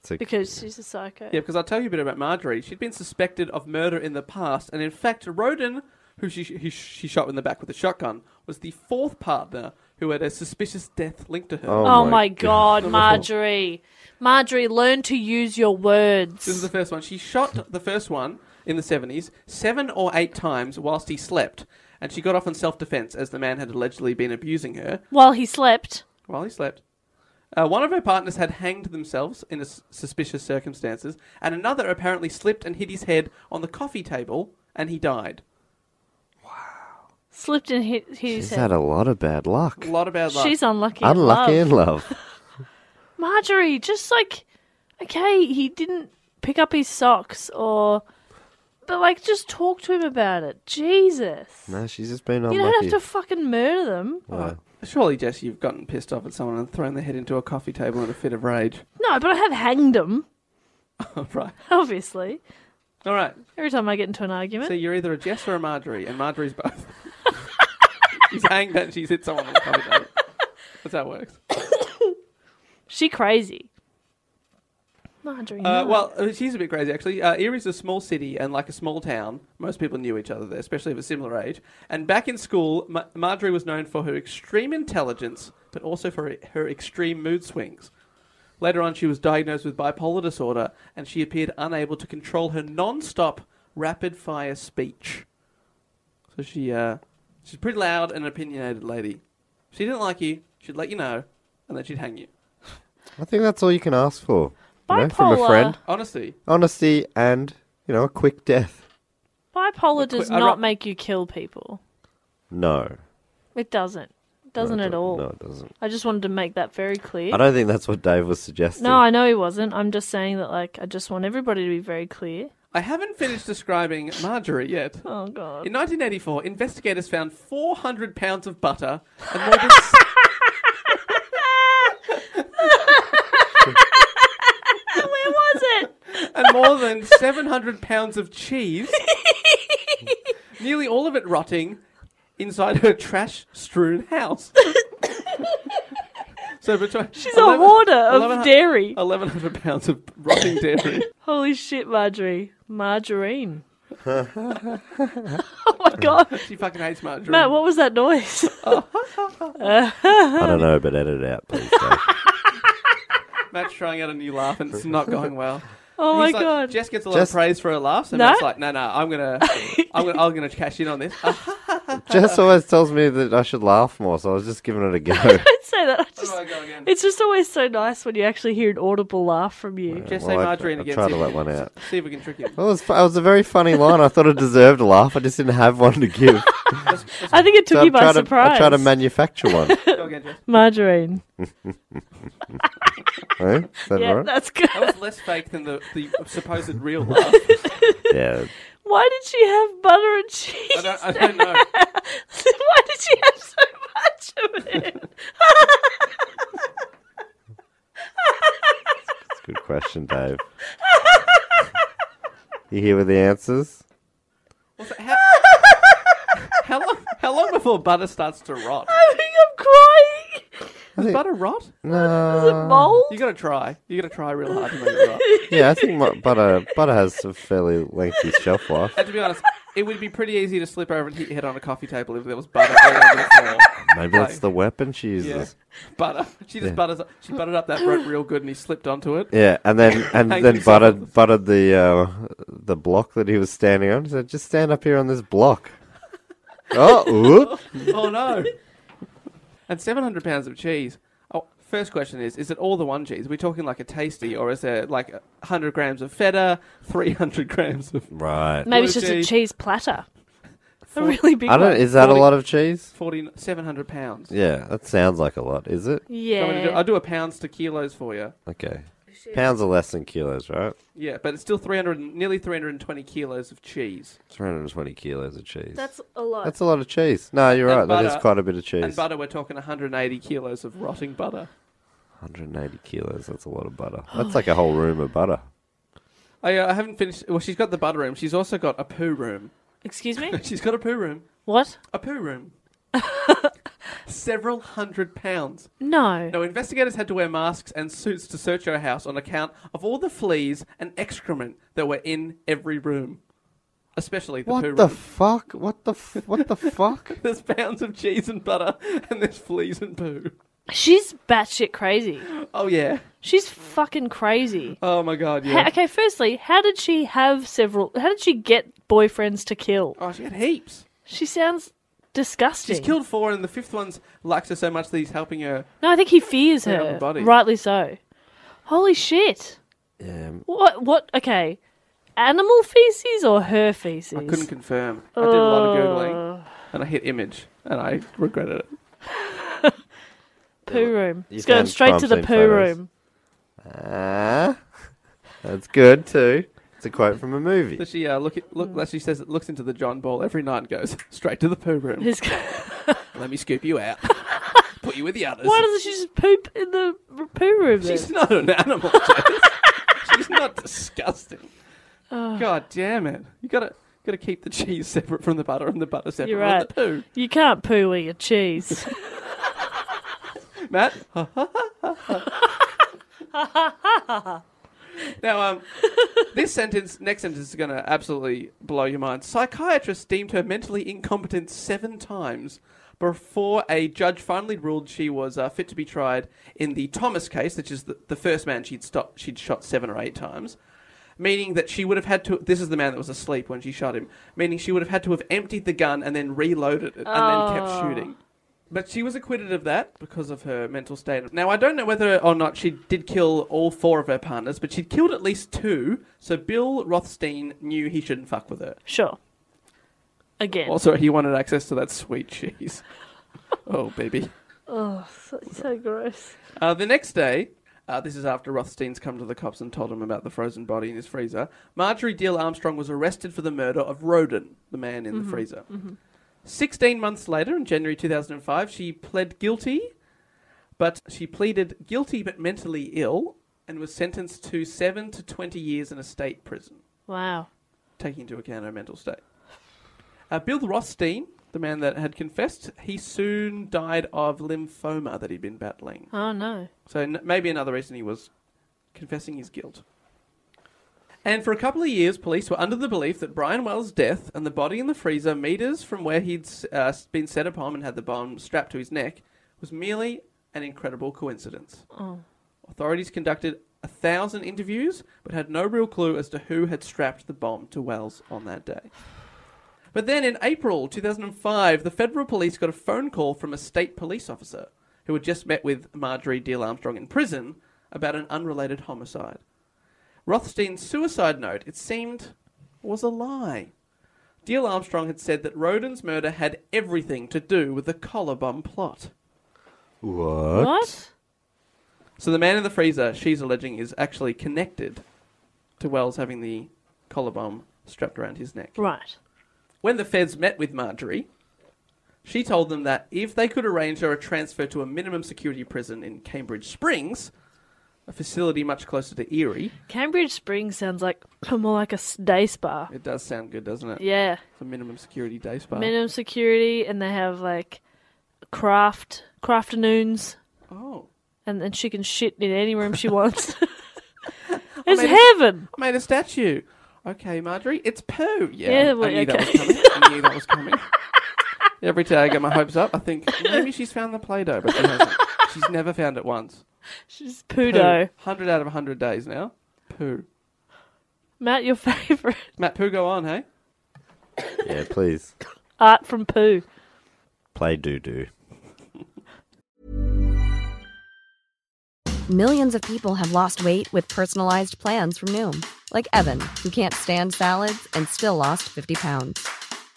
I: To,
H: Because she's a psycho.
J: Yeah, because I'll tell you a bit about Marjorie. She'd been suspected of murder in the past, and in fact, Roden, who she, who she shot in the back with a shotgun, was the fourth partner who had a suspicious death linked to her.
H: Oh, my god, Marjorie. Marjorie, learn to use your words.
J: This is the first one. She shot the first one in the 70s seven or eight times whilst he slept, and she got off in self defense as the man had allegedly been abusing her
H: While he slept.
J: while he slept. Uh, one of her partners had hanged themselves in a s- suspicious circumstances, and another apparently slipped and hit his head on the coffee table, and he died.
H: Slipped and hit his
I: She's
H: head.
I: had a lot of bad luck.
J: A lot of bad luck.
H: She's unlucky. in
I: Unlucky
H: love.
I: in love.
H: Marjorie, just like, okay, he didn't pick up his socks or. But, like, just talk to him about it. Jesus.
I: No, she's just been unlucky.
H: you don't have to fucking murder them.
J: Surely, Jess, you've gotten pissed off at someone and thrown their head into a coffee table in a fit of rage.
H: No, but I have hanged them,
J: right.
H: obviously.
J: All right.
H: Every time I get into an argument.
J: So you're either a Jess or a Marjorie, and Marjorie's both. she's hanged and she's hit someone on the coffee table. That's how it works.
H: She crazy. Marjorie.
J: Uh,
H: no.
J: well, uh, she's a bit crazy actually. Uh, Erie's a small city and like a small town. Most people knew each other there, especially of a similar age. And back in school, Ma- Marjorie was known for her extreme intelligence, but also for her extreme mood swings. Later on, she was diagnosed with bipolar disorder, and she appeared unable to control her non-stop rapid-fire speech. So she, uh, she's a pretty loud and opinionated lady. If she didn't like you, she'd let you know, and then she'd hang you.
I: I think that's all you can ask for. you know, from a friend.
J: Bipolar. Honesty.
I: Honesty and, you know, a quick death.
H: Bipolar does
J: I
H: not
J: re-
H: make you kill people.
I: No.
H: It doesn't. It doesn't
I: no, it
H: at
I: don't-
H: all.
I: No, it doesn't.
H: I just wanted to make that very clear.
I: I don't think that's what Dave was suggesting.
H: No, I know he wasn't. I'm just saying that, like, I just want everybody to be very clear.
J: I haven't finished describing Marjorie yet.
H: Oh, God.
J: In 1984, investigators found 400 pounds of butter and more than. s-
H: Where was it?
J: and more than 700 pounds of cheese, nearly all of it rotting inside her trash strewn house. so between
H: She's a hoarder of dairy.
J: 1100 pounds of rotting dairy.
H: Holy shit, Marjorie. Margarine. oh, my God.
J: she fucking hates Marjorie.
H: Matt, Uh, what was that noise?
I: I don't know, but edit it out, please. Dave.
J: Matt's trying out a new laugh and it's not going well.
H: Oh, my
J: He's like-
H: God.
J: Jess gets a lot
I: Jess-
J: of praise for her laughs, and
H: No?
J: Matt's like, "No, no, I'm gonna, I'm gonna, I'm gonna cash in on this."
H: Ah,
I: Jess always tells me that I should laugh more, so I was just giving it a go.
H: I'd say that. I just,
J: I go again?
H: it's just always so nice when you actually hear an audible laugh from you.
I: Uh,
J: Just
I: Well,
J: say
I: I-
J: margarine
I: I
J: again.
I: tried
J: see
I: to
J: if
I: let
J: we
I: one
J: can-
I: out.
J: See if we can trick him.
I: Well, it was, fu- it was a very funny line. I thought it deserved a laugh. I just didn't have one to give.
H: I think it took
I: So
H: you
I: I'm
H: by
I: trying to, I
H: surprise.
I: try to manufacture one. eh?
J: Go again, Jess.
H: Margarine.
I: Huh? Is that
H: Yeah,
I: right?
H: that's good.
J: That was less fake than the, the supposed real laugh.
I: Yeah.
H: Why did she have butter and cheese?
J: I don't, I don't know.
H: Why did she have so much of it?
I: It's a good question, Dave. you here with the answers?
J: Was it- how, how long? How long before butter starts to rot?
H: I think I'm crying.
J: Does butter rot?
H: Is it
K: Uh,
I: No.
H: mold?
J: Uh, You gotta try. You gotta try real hard to make it rot.
I: Yeah, I think mu- butter butter has a fairly lengthy shelf life.
J: And to be honest, it would be pretty easy to slip over and hit your head on a coffee table if there was butter all over the floor.
I: Maybe that's the weapon she
J: Yeah,
I: uses.
J: butter. She just
I: Yeah.
J: butters. She buttered up that bread real good, and he slipped onto it.
I: Yeah, and then and
J: Thank you
I: then
J: so
I: buttered buttered the uh, the block that he was standing on. He said, "Just stand up here on this block." oh, whoop.
J: oh no! And seven hundred pounds of cheese. Oh, first question is: Is it all the one cheese? Are we talking like a tasty, or is there like hundred grams of feta, three hundred grams of
I: right.
H: Maybe it's just a
J: Cheese.
H: cheese platter. A really big
I: I don't.
H: one.
I: Is that a
J: Forty-
I: lot of cheese?
J: forty seven hundred pounds?
I: Yeah, that sounds like a lot. Is it?
J: Do you want me to do- I'll
H: Yeah.
J: do a pounds to kilos for you.
I: Okay. Pounds are less than kilos, right?
J: Yeah, but it's still three hundred, nearly three hundred and twenty kilos of cheese.
I: 320 kilos of cheese.
H: That's a lot.
I: That's a lot of cheese. No, you're right.
J: And
I: that is
J: butter.
I: quite a bit of cheese.
J: And butter, we're talking one hundred and eighty kilos of rotting butter.
I: 180 kilos. That's a lot of butter. That's like a whole room of butter.
J: I, uh, I haven't finished. Well, she's got the butter room. She's also got a poo room.
H: Excuse me?
J: She's got a poo room.
H: What?
J: A poo room. Several hundred pounds.
H: No.
J: No, investigators had to wear masks and suits to search her house on account of all the fleas and excrement that were in every room, especially the poo
I: What the
J: room.
I: fuck? What the f- what the fuck?
J: there's pounds of cheese and butter, and there's fleas and poo.
H: She's batshit crazy.
J: Oh yeah.
H: She's fucking crazy.
J: Oh my god.
H: Ha-
J: Yeah.
H: okay, firstly, how did she have several? How did she get boyfriends to kill?
J: Oh, she had heaps.
H: She sounds disgusting.
J: She's killed four, and the fifth one's likes her so much that he's helping her.
H: No, I think he fears
J: Yeah,
H: her.
J: the body.
H: Rightly so. Holy shit.
I: Yeah.
H: What? What? Okay. Animal feces or her feces? Uh,
J: I couldn't confirm. I did a lot
H: Oh.
J: of googling, and I hit image, and I regretted it.
H: Poo room.
I: You
H: It's going
I: found
H: straight to the poo
I: crime scene photos.
H: room.
I: Ah, that's good too. It's a quote from a movie.
J: Does she uh, look? At, look. She says it looks into the John Ball every night and goes straight to the poo room.
H: His-
J: Let me scoop you out. Put you with the others.
H: Why doesn't she just poop in the r- poo room? Then?
J: She's not an animal. Jess. She's not disgusting. God damn it! You gotta gotta keep the cheese separate from the butter and the butter separate
H: You're
J: from
H: right.
J: the poo.
H: You can't poo with your cheese.
J: Matt, Now, um, this sentence, next sentence is going to absolutely blow your mind. Psychiatrist deemed her mentally incompetent seven times before a judge finally ruled she was uh, fit to be tried in the Thomas case, which is the, the first man she'd stopped, she'd shot seven or eight times. Meaning that she would have had to. This is the man that was asleep when she shot him. Meaning she would have had to have emptied the gun and then reloaded it and then
H: Oh.
J: kept shooting. But she was acquitted of that because of her mental state. Now, I don't know whether or not she did kill all four of her partners, but she'd killed at least two, so Bill Rothstein knew he shouldn't fuck with her.
H: Sure. Again.
J: Also, he wanted access to that sweet cheese. oh, baby.
H: Oh, so, so gross.
J: Uh, the next day, uh, this is after Rothstein's come to the cops and told him about the frozen body in his freezer, Marjorie Deal Armstrong was arrested for the murder of Roden, the man in the
H: Mm-hmm.
J: freezer. 16 months later, in January 2005, she pled guilty, but she pleaded guilty but mentally ill and was sentenced to 7 to 20 years in a state prison,
H: Wow.
J: taking into account her mental state. Uh, Bill Rothstein, the man that had confessed, he soon died of lymphoma that he'd been battling.
H: Oh no.
J: So n- maybe another reason he was confessing his guilt. And for a couple of years, police were under the belief that Brian Wells' death and the body in the freezer, meters from where he'd uh, been set upon and had the bomb strapped to his neck, was merely an incredible coincidence.
H: Oh.
J: Authorities conducted a thousand interviews, but had no real clue as to who had strapped the bomb to Wells on that day. But then in April 2005, the federal police got a phone call from a state police officer who had just met with Marjorie Deal Armstrong in prison about an unrelated homicide. Rothstein's suicide note, it seemed, was a lie. Deal Armstrong had said that Roden's murder had everything to do with the collar bomb plot.
I: What?
J: So the man in the freezer, she's alleging, is actually connected to Wells having the collar bomb strapped around his neck.
H: Right.
J: When the feds met with Marjorie, she told them that if they could arrange her a transfer to a minimum security prison in Cambridge Springs, a facility much closer to Erie,
H: Cambridge Springs sounds like more like a s- day spa.
J: it does sound good, doesn't it?
H: Yeah.
J: It's a minimum security day spa.
H: Minimum security, and they have like craft crafternoons,
J: oh.
H: and then she can shit in any room she wants. it's
J: made a-
H: heaven.
J: I made a statue. Okay, Marjorie, it's poo. Yeah,
H: Yeah,
J: I
H: well,
J: knew that was
H: okay.
J: coming. I knew that was coming. Every day I get my hopes up. I think maybe she's found the Play-Doh, but she hasn't. She's never found it once.
H: She's poodo.
J: Hundred out of hundred days now. Poo.
H: Matt, your favourite
J: Matt, poo, go on, hey.
I: Yeah, please.
H: art from poo.
I: Play doo doo.
B: Millions of people have lost weight with personalized plans from Noom, like Evan, who can't stand salads and still lost 50 pounds.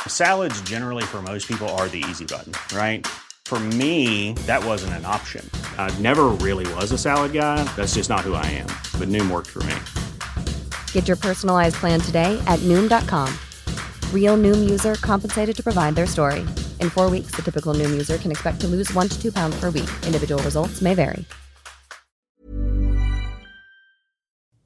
C: Salads, generally, for most people, are the easy button, right? For me, that wasn't an option. I never really was a salad guy. That's just not who I am. But Noom worked for me.
B: Get your personalized plan today at Noom.com. Real Noom user compensated to provide their story. In four weeks, the typical Noom user can expect to lose one to two pounds per week. Individual results may vary.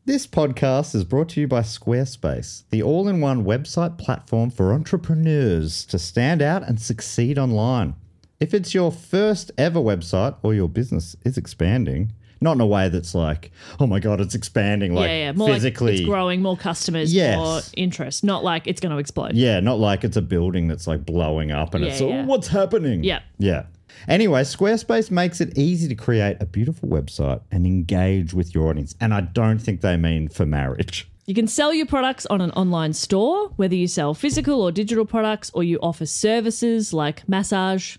A: This podcast is brought to you by Squarespace, the all in one website platform for entrepreneurs to stand out and succeed online. If it's your first ever website or your business is expanding, not in a way that's like, oh my God, it's expanding, like
K: yeah, yeah. More
A: physically.
K: like it's growing, more customers,
A: Yes.
K: more interest. Not like it's going to explode.
A: Yeah, not like it's a building that's like blowing up and
K: Yeah,
A: it's, oh,
K: yeah.
A: what's happening?
K: Yeah.
A: Yeah. Anyway, Squarespace makes it easy to create a beautiful website and engage with your audience. And I don't think they mean for marriage.
K: You can sell your products on an online store, whether you sell physical or digital products, or you offer services like massage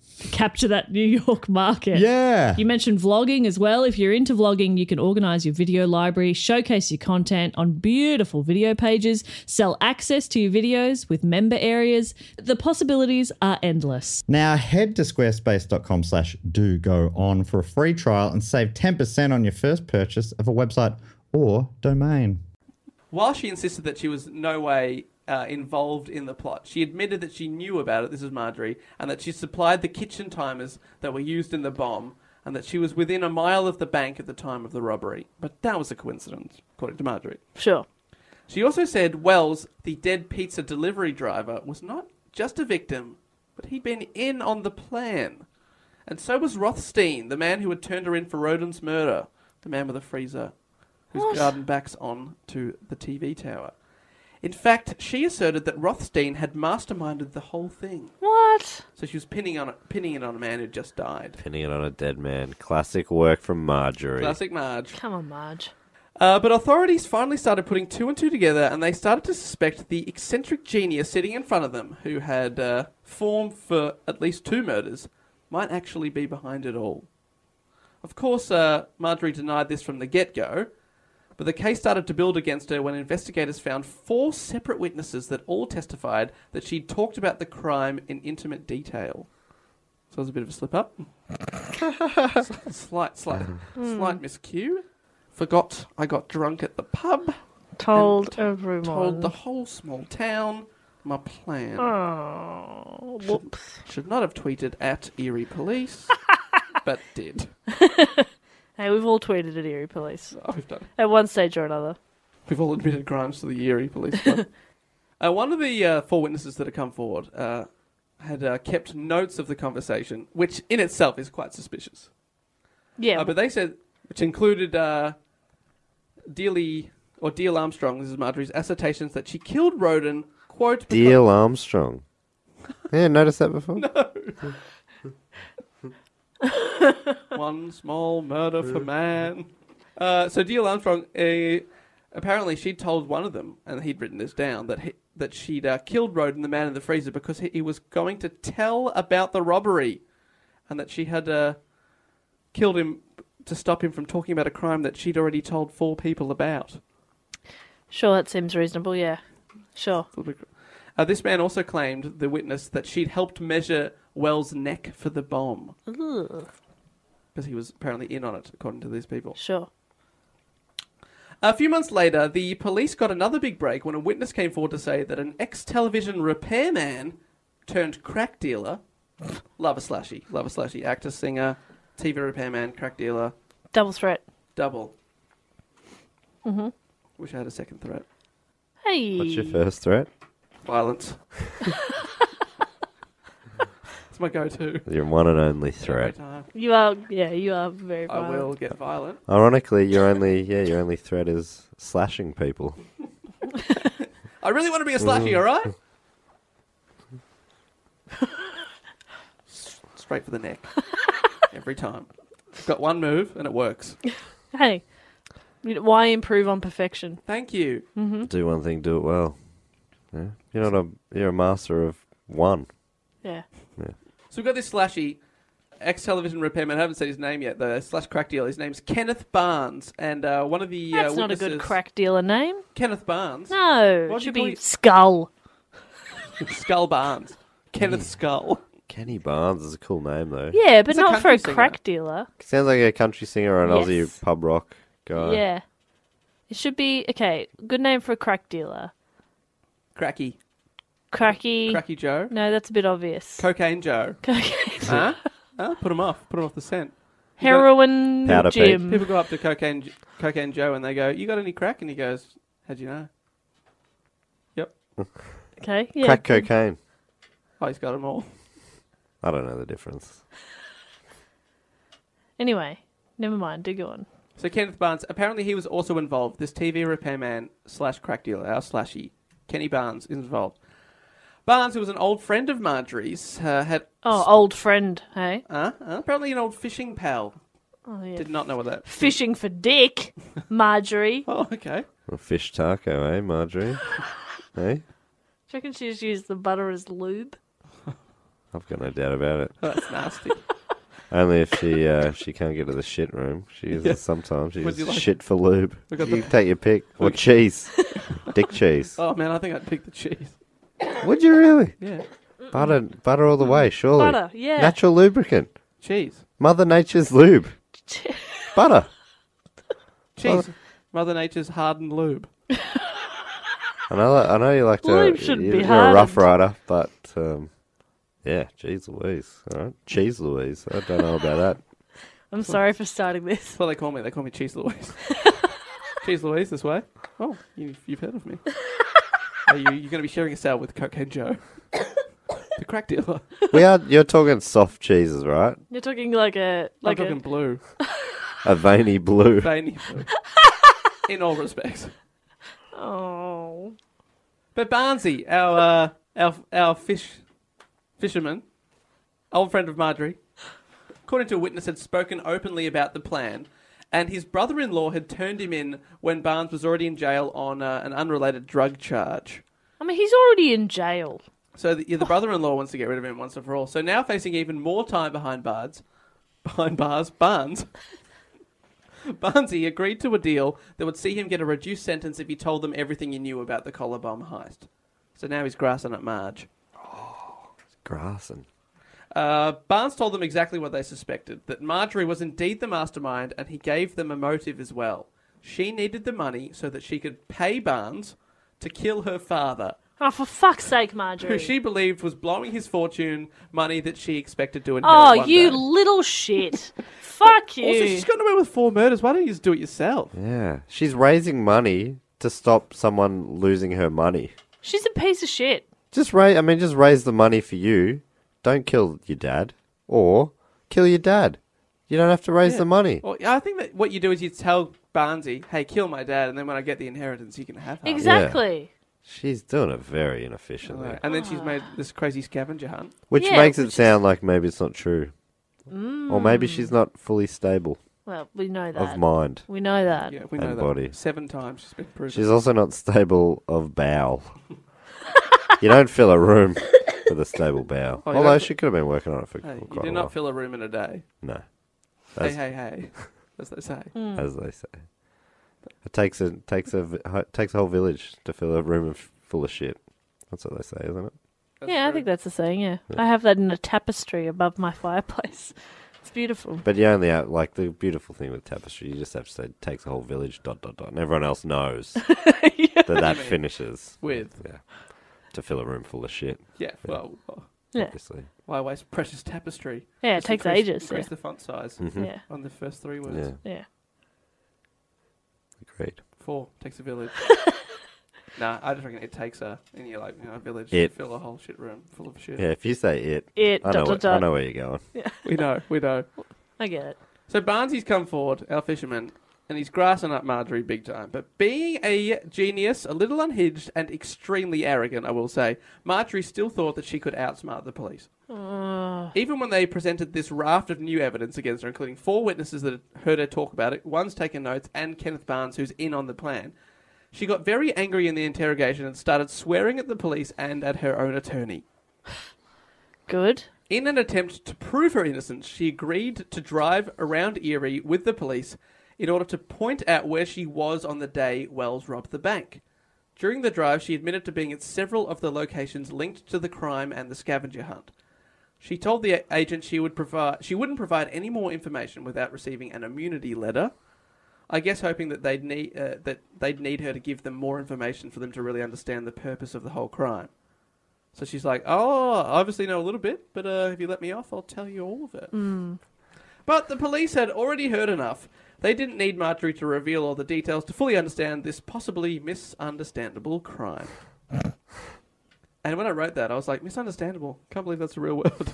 K: capture that New York market.
A: Yeah.
K: You mentioned vlogging as well. If you're into vlogging, you can organize your video library, showcase your content on beautiful video pages, sell access to your videos with member areas. The possibilities are endless.
A: Now head to squarespace.com slash do go on for a free trial and save 10% on your first purchase of a website or domain.
J: While she insisted that she was no way uh, involved in the plot, she admitted that she knew about it, this is Marjorie, and that she supplied the kitchen timers that were used in the bomb, and that she was within a mile of the bank at the time of the robbery. But that was a coincidence, according to Marjorie.
H: Sure.
J: She also said Wells, the dead pizza delivery driver, was not just a victim, but he'd been in on the plan. And so was Rothstein, the man who had turned her in for Roden's murder, the man with the freezer, whose
H: What?
J: garden backs on to the TV tower. In fact, she asserted that Rothstein had masterminded the whole thing.
H: What?
J: So she was pinning on pinning it on a man who just died.
I: Pinning it on a dead man. Classic work from Marjorie.
J: Classic Marge.
H: Come on, Marge.
J: Uh, but authorities finally started putting two and two together, and they started to suspect the eccentric genius sitting in front of them, who had uh, form for at least two murders, might actually be behind it all. Of course, uh, Marjorie denied this from the get go, but the case started to build against her when investigators found four separate witnesses that all testified that she'd talked about the crime in intimate detail. So it was a bit of a slip up. slight, slight, slight miscue. Forgot I got drunk at the pub.
H: Told
J: and
H: everyone.
J: Told the whole small town my plan.
H: Oh, whoops.
J: Should not have tweeted at Erie Police, but did.
H: Hey, we've all tweeted at Erie Police.
J: Oh, we've done.
H: At one stage or another.
J: We've all admitted crimes to the Erie Police Club. uh, one of the uh, four witnesses that had come forward uh, had uh, kept notes of the conversation, which in itself is quite suspicious.
H: Yeah.
J: Uh, but they said, which included uh, Dealey or Deal Armstrong, this is Marjorie's assertions that she killed Roden, quote,
I: Deal Armstrong. Yeah, noticed that before?
J: one small murder for man. Uh, so Deal Armstrong, uh, apparently she told one of them, and he'd written this down, that he, that she'd uh, killed Roden, the man in the freezer, because he, he was going to tell about the robbery, and that she had uh, killed him to stop him from talking about a crime that she'd already told four people about.
H: Sure, that seems reasonable, yeah. Sure.
J: Uh, this man also claimed the witness that she'd helped measure Wells' neck for the bomb
H: Ugh.
J: because he was apparently in on it, according to these people.
H: Sure.
J: A few months later, the police got another big break when a witness came forward to say that an ex television repairman turned crack dealer, love a slashy, love a slashy, actor, singer, TV repairman, crack dealer,
H: Double threat.
J: double.
H: hmm
J: Wish I had a second threat.
H: Hey.
I: What's your first threat?
J: Violence. it's my go to.
I: Your one and only threat.
H: You are, yeah, you are very
J: I
H: violent.
J: will get violent.
I: Ironically, your only yeah, your only threat is slashing people.
J: I really want to be a slashy,
I: Mm.
J: alright? Straight for the neck. Every time. I've got one move and it works.
H: Hey. You know, Why improve on perfection?
J: Thank you.
H: hmm
I: Do one thing, do it well. Yeah? You're not a you're a master of one.
H: Yeah.
I: Yeah.
J: So we've got this slashy ex television repairman. I haven't said his name yet, the slash crack dealer. His name's Kenneth Barnes. And uh, one of the.
H: That's
J: uh,
H: not a good
J: witnesses-
H: crack dealer name.
J: Kenneth Barnes.
H: No,
J: Why'd
H: it
J: you
H: should
J: call
H: be
J: you-
H: Skull.
J: Skull Barnes. Kenneth Skull.
I: Kenny Barnes is a cool name though.
H: Yeah, but
J: He's a
H: not for a
J: country singer.
H: crack dealer.
I: Sounds like a country singer or an
H: Yes.
I: Aussie pub rock
J: Uh,
I: guy.
H: Yeah. It should be, okay, good name for a crack dealer.
J: Cracky.
H: Cracky.
J: Cracky Joe.
H: No, that's a bit obvious.
J: Cocaine Joe.
H: Cocaine.
J: huh? huh? Put him off. Put him off the scent. You got-
H: Heroin
I: Powder pig.
H: Jim.
J: People go up to cocaine, J- cocaine Joe, and they go, "You got any crack?" And he goes, "How'd you know?" Yep.
H: Okay, yeah.
I: Crack cocaine.
J: Oh, he's got them all.
I: I don't know the difference.
H: Anyway, never mind. Do go on.
J: So Kenneth Barnes, apparently he was also involved. This TV repairman slash crack dealer, our slashy, Kenny Barnes, is involved. Barnes, who was an old friend of Marjorie's, uh, had
H: Oh, old friend, hey?
J: uh, uh, apparently an old fishing pal.
H: Oh, yeah.
J: Did not know what that.
H: Fishing for dick, Marjorie.
J: Oh, okay.
I: A fish taco, eh, Marjorie? Eh? hey?
H: Do you reckon she just used the butter as lube?
I: I've got no doubt about it.
J: Oh, that's nasty.
I: Only if she uh, she can't get to the shit room. She uses
J: Yeah.
I: it sometimes. She
J: Would you
I: uses
J: like-
I: shit for lube.
J: We
I: You
J: got the-
I: can take your pick. Or cheese. Dick cheese.
J: Oh man, I think I'd pick the cheese.
I: Would you really?
J: Yeah.
I: Butter, butter all the way, surely.
H: Butter, yeah.
I: Natural lubricant.
J: Cheese.
I: Mother Nature's lube. butter.
J: Cheese. Mother Nature's hardened lube.
I: I know, I know you like to.
J: Lube shouldn't
I: you,
J: be
I: you're a rough rider,
J: hardened.
I: but um, yeah, cheese Louise. All right, cheese Louise. I don't know about that.
H: I'm sorry for starting this.
J: That's what they call me. They call me Cheese Louise. Cheese Louise this way. Oh, you, you've heard of me. Are you, you're going to be sharing a cell with Cocaine Joe, the crack dealer.
I: We are. You're talking soft cheeses, right?
H: You're talking like a like
J: I'm
H: a
J: talking blue,
I: A veiny blue.
J: veiny blue, in all respects.
H: oh.
J: But Barnsey, our uh, our our fish fisherman, old friend of Marjorie, according to a witness, had spoken openly about the plan, and his brother-in-law had turned him in when Barnes was already in jail on uh, an unrelated drug charge.
H: I mean, he's already in jail.
J: So the, yeah, the brother-in-law wants to get rid of him once and for all. So now facing even more time behind bars, behind bars, Barnes. Barnsey agreed to a deal that would see him get a reduced sentence if he told them everything he knew about the collar bomb heist. So now he's grassing at Marge.
I: Grass and
J: Uh, Barnes told them exactly what they suspected that Marjorie was indeed the mastermind, and he gave them a motive as well. She needed the money so that she could pay Barnes to kill her father,
H: Oh, for fuck's sake,
J: who
H: Marjorie.
J: she believed was blowing his fortune, money that she expected to inherit.
H: oh,
J: one
H: you
J: day.
H: little shit. Fuck you.
J: Also, she's gotten away with four murders. Why don't you just do it yourself?
I: yeah, she's raising money to stop someone losing her money.
H: She's a piece of shit.
I: Just raise. I mean, just raise the money for you. Don't kill your dad, or kill your dad. You don't have to raise
J: Yeah.
I: the money.
J: Well, I think that what you do is you tell Barnsey, "Hey, kill my dad," and then when I get the inheritance, you can have her.
H: Exactly.
I: She's doing it very inefficiently,
J: And then she's made this crazy scavenger hunt.
I: which
H: Yeah,
I: makes
H: which
I: it sound like maybe it's not true, or maybe
J: Mm.
I: she's not fully stable.
H: Well, we know that.
I: Of mind.
H: We know that.
J: Yeah, we know
I: And
J: that.
I: body.
J: Seven times she's been proven.
I: She's also not stable of bowel. you don't fill a room with a stable bowel.
J: Oh, you
I: Although
J: don't-
I: she could have been working on it for
J: Hey,
I: Oh, quite
J: you do
I: a
J: not
I: while.
J: fill a room in a day.
I: No,
J: Hey,
I: That's-
J: hey, hey, as they say.
H: Mm. Hmm.
I: as they say, it takes a takes a vi- hu- takes a whole village to fill a room of, full of shit. That's what they say, isn't it?
H: yeah, I think that's the saying, yeah. I have that in a tapestry above my fireplace. It's beautiful.
I: But you only have, like the beautiful thing with tapestry. You just have to say takes a whole village. Dot dot dot. And everyone else knows that that finishes
J: With.
I: yeah to fill a room full of shit.
J: Yeah, well, oh,
H: Yeah.
I: Obviously.
J: why waste precious tapestry?
H: Yeah, it
J: Just
H: takes
J: increase-
H: ages,
J: Increase
H: yeah.
J: the font size
I: Mhm.
H: Yeah.
J: on the first three words.
I: Yeah.
H: Yeah.
I: Agreed.
J: Four takes a village. nah, I just reckon it takes a and you're like you know, a village
I: It.
J: to fill a whole shit room full of shit.
I: Yeah, if you say it,
H: It,
I: I know,
H: dot,
I: where-
H: dot, dot.
I: I know where you're going.
J: We know, we know.
H: I get it.
J: So Barnsley's come forward, our fisherman, and he's grassing up Marjorie big time. But being a genius, a little unhinged, and extremely arrogant, I will say, Marjorie still thought that she could outsmart the police. Even when they presented this raft of new evidence against her, including four witnesses that had heard her talk about it, one's taken notes, and Kenneth Barnes, who's in on the plan, she got very angry in the interrogation and started swearing at the police and at her own attorney.
H: Good.
J: In an attempt to prove her innocence, she agreed to drive around Erie with the police in order to point out where she was on the day Wells robbed the bank. During the drive, she admitted to being at several of the locations linked to the crime and the scavenger hunt. She told the a- agent she would provide she wouldn't provide any more information without receiving an immunity letter. I guess hoping that they'd need uh, that they'd need her to give them more information for them to really understand the purpose of the whole crime. So she's like, "Oh, I obviously know a little bit, but uh, if you let me off, I'll tell you all of it."
H: Hmm.
J: But the police had already heard enough. They didn't need Marjorie to reveal all the details to fully understand this possibly misunderstandable crime. and when I wrote that, I was like, "Misunderstandable? Can't believe that's a real word."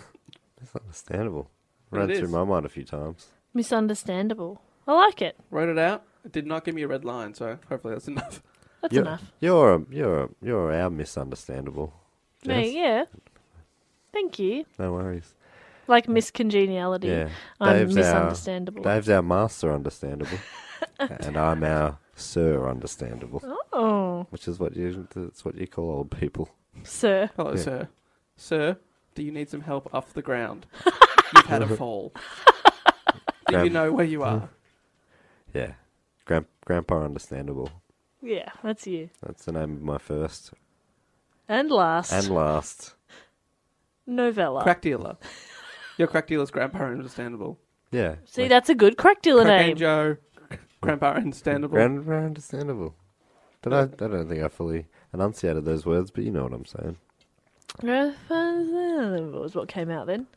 I: It's understandable.
J: But
I: Ran
J: it
I: through
J: is.
I: my mind a few times.
H: Misunderstandable. I like it.
J: wrote it out. It did not give me a red line, so hopefully that's enough.
H: That's
I: you're,
H: enough.
I: You're a, you're a, you're our misunderstandable. Jess.
H: Me, yeah. Thank you.
I: No worries.
H: Like miscongeniality.
I: Yeah.
H: I'm
I: Dave's our-
H: misunderstandable.
I: Dave's our master understandable, and I'm our sir understandable,
H: Oh,
I: which is what you that's what you call old people.
H: sir.
J: Hello,
I: Yeah.
J: sir. Sir, Do you need some help off the ground? You've had a fall. Do you
I: Graham.
J: know where you are?
I: Yeah. Grand- Grandpa Understandable.
H: Yeah, that's you.
I: That's the name of my first
H: And last,
I: and last.
H: novella.
J: Crack dealer. Your crack dealer's grandpa understandable.
I: Yeah.
H: See, that's a good crack dealer
J: Cocaine
H: name.
J: Joe, grandpa understandable.
I: Grandpa Understandable. Did I, I don't think I fully enunciated those words, but you know what I'm saying.
H: Grandfather was what came out then.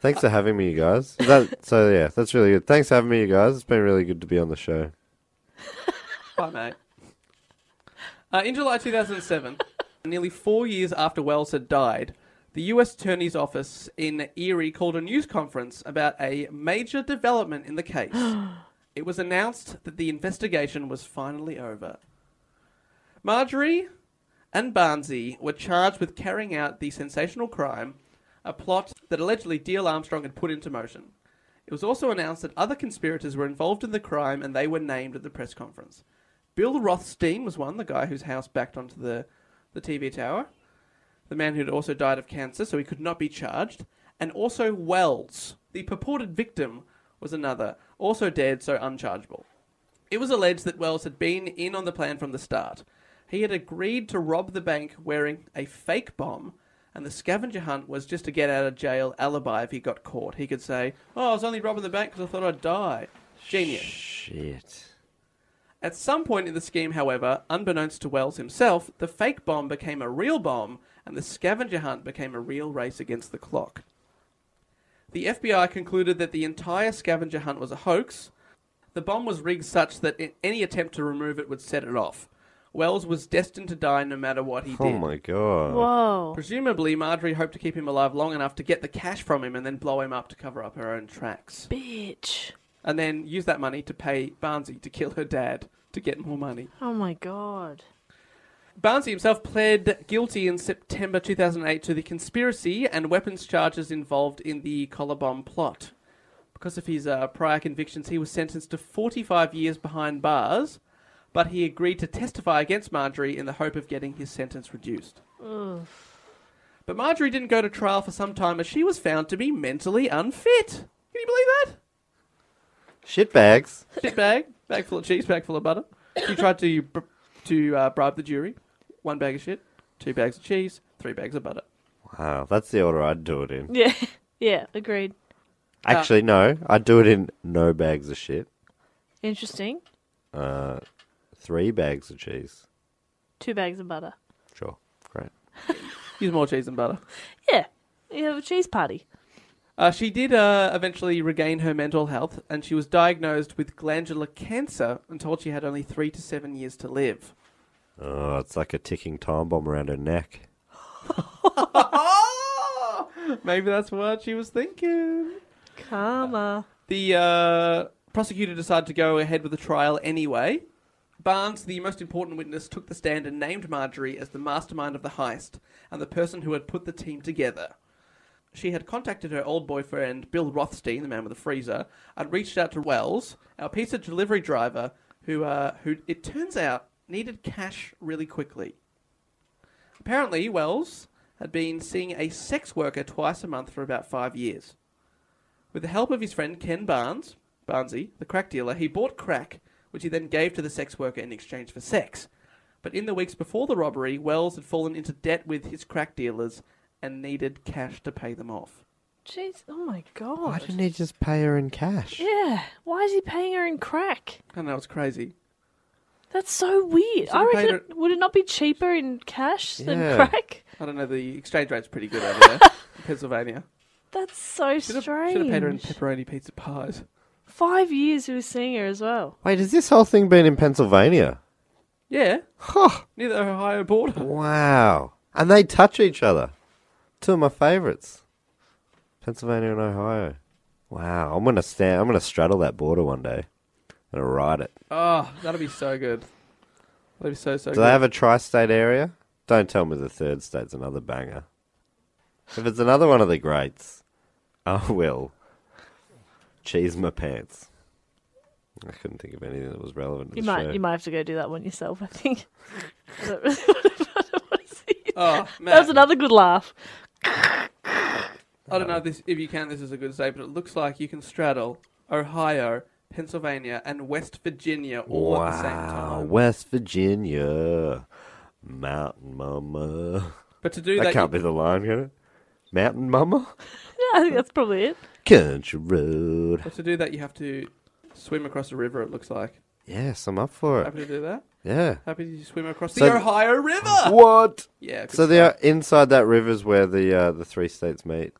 I: Thanks for having me, you guys. Is That, so, yeah, that's really good. Thanks for having me, you guys. It's been really good to be on the show.
J: Bye, mate. Uh, in July 2007, nearly four years after Wells had died, the U.S. Attorney's Office in Erie called a news conference about a major development in the case. it was announced that the investigation was finally over. Marjorie and Barnsey were charged with carrying out the sensational crime, a plot that allegedly Deal Armstrong had put into motion. It was also announced that other conspirators were involved in the crime and they were named at the press conference. Bill Rothstein was one, the guy whose house backed onto the, the TV tower, the man who had also died of cancer, so he could not be charged, and also Wells, the purported victim, was another, also dead, so unchargeable. It was alleged that Wells had been in on the plan from the start. He had agreed to rob the bank wearing a fake bomb, and the scavenger hunt was just to get out of jail alibi if he got caught. He could say, Oh, I was only robbing the bank because I thought I'd die. Genius.
I: Shit.
J: At some point in the scheme, however, unbeknownst to Wells himself, the fake bomb became a real bomb, and the scavenger hunt became a real race against the clock. The FBI concluded that the entire scavenger hunt was a hoax. The bomb was rigged such that i- any attempt to remove it would set it off. Wells was destined to die no matter what he
I: Oh,
J: did.
I: my God.
H: Whoa.
J: Presumably, Marjorie hoped to keep him alive long enough to get the cash from him and then blow him up to cover up her own tracks.
H: Bitch.
J: And then use that money to pay Barnsey to kill her dad to get more money.
H: Oh my god.
J: Barnsey himself pled guilty in September 2008 to the conspiracy and weapons charges involved in the collar bomb plot. Because of his uh, prior convictions, he was sentenced to 45 years behind bars, but he agreed to testify against Marjorie in the hope of getting his sentence reduced. But Marjorie didn't go to trial for some time as she was found to be mentally unfit. Can you believe
I: Shitbags.
J: that? Shit bag, bag full of cheese, bag full of butter. She tried to br- to uh, bribe the jury. One bag of shit, two bags of cheese, three bags of butter.
I: Wow, that's the order I'd do it in.
H: Yeah. Yeah, agreed.
I: Actually, no. I'd do it in no bags of shit,
H: Interesting.
I: uh, three bags of cheese.
H: Two bags of butter.
I: Sure. Great.
J: Use more cheese and butter.
H: Yeah. You have a cheese party.
J: Uh, she did uh, eventually regain her mental health, and she was diagnosed with glandular cancer and told she had only three to seven years to live.
I: Oh, it's like a ticking time bomb around her neck.
J: Maybe that's what she was thinking.
H: Karma.
J: The uh, prosecutor decided to go ahead with the trial anyway. Barnes, the most important witness, took the stand and named Marjorie as the mastermind of the heist and the person who had put the team together. She had contacted her old boyfriend, Bill Rothstein, the man with the freezer, and reached out to Wells, our pizza delivery driver, who, uh, who it turns out needed cash really quickly. Apparently, Wells had been seeing a sex worker twice a month for about five years. With the help of his friend Ken Barnes, Barnsey, the crack dealer, he bought crack, which he then gave to the sex worker in exchange for sex. But in the weeks before the robbery, Wells had fallen into debt with his crack dealers and needed cash to pay them off.
H: Jeez. Oh my god.
I: Why didn't he just pay her in cash?
H: Yeah. Why is he paying her in crack?
J: I know it's crazy.
H: That's so weird.
J: So
H: I
J: he
H: reckon
J: paid
H: it, would it not be cheaper in cash than
I: Yeah.
H: crack?
J: I don't know, the exchange rate's pretty good over there in Pennsylvania.
H: That's so
J: Should have,
H: strange.
J: should have paid her in pepperoni pizza pies.
H: Five years he was seeing her as well.
I: Wait, has this whole thing been in Pennsylvania?
J: Yeah,
I: Huh.
J: near the Ohio border.
I: Wow. And they touch each other. Two of my favorites. Pennsylvania and Ohio. Wow. I'm gonna stand I'm gonna straddle that border one day. And ride it.
J: Oh, that'll be so good. That'll be so, so
I: Do
J: good.
I: they have a tri state area? Don't tell me the third state's another banger. If it's another one of the greats, I will. Cheese my pants. I couldn't think of anything that was relevant to
H: You
I: the
H: might
I: show.
H: you might have to go do that one yourself, I think. I don't really- I don't wanna see you.
J: Oh, man.
H: that was another good laugh.
J: I don't know if, this, if you count this as a good state, but it looks like you can straddle Ohio, Pennsylvania, and West Virginia all at the same time.
I: Wow, West Virginia, Mountain Mama.
J: But to do that,
I: can't
J: you-
I: be the line, can it? Mountain Mama,
H: Yeah, I think that's probably it.
I: Country Road.
J: But to do that, you have to swim across a river. It looks like.
I: Yes, I'm up for it.
J: Happy to do that.
I: Yeah.
J: Happy to swim across
I: So-
J: the Ohio River.
I: What?
J: Yeah. good
I: So they are inside that river's where the uh, the three states meet.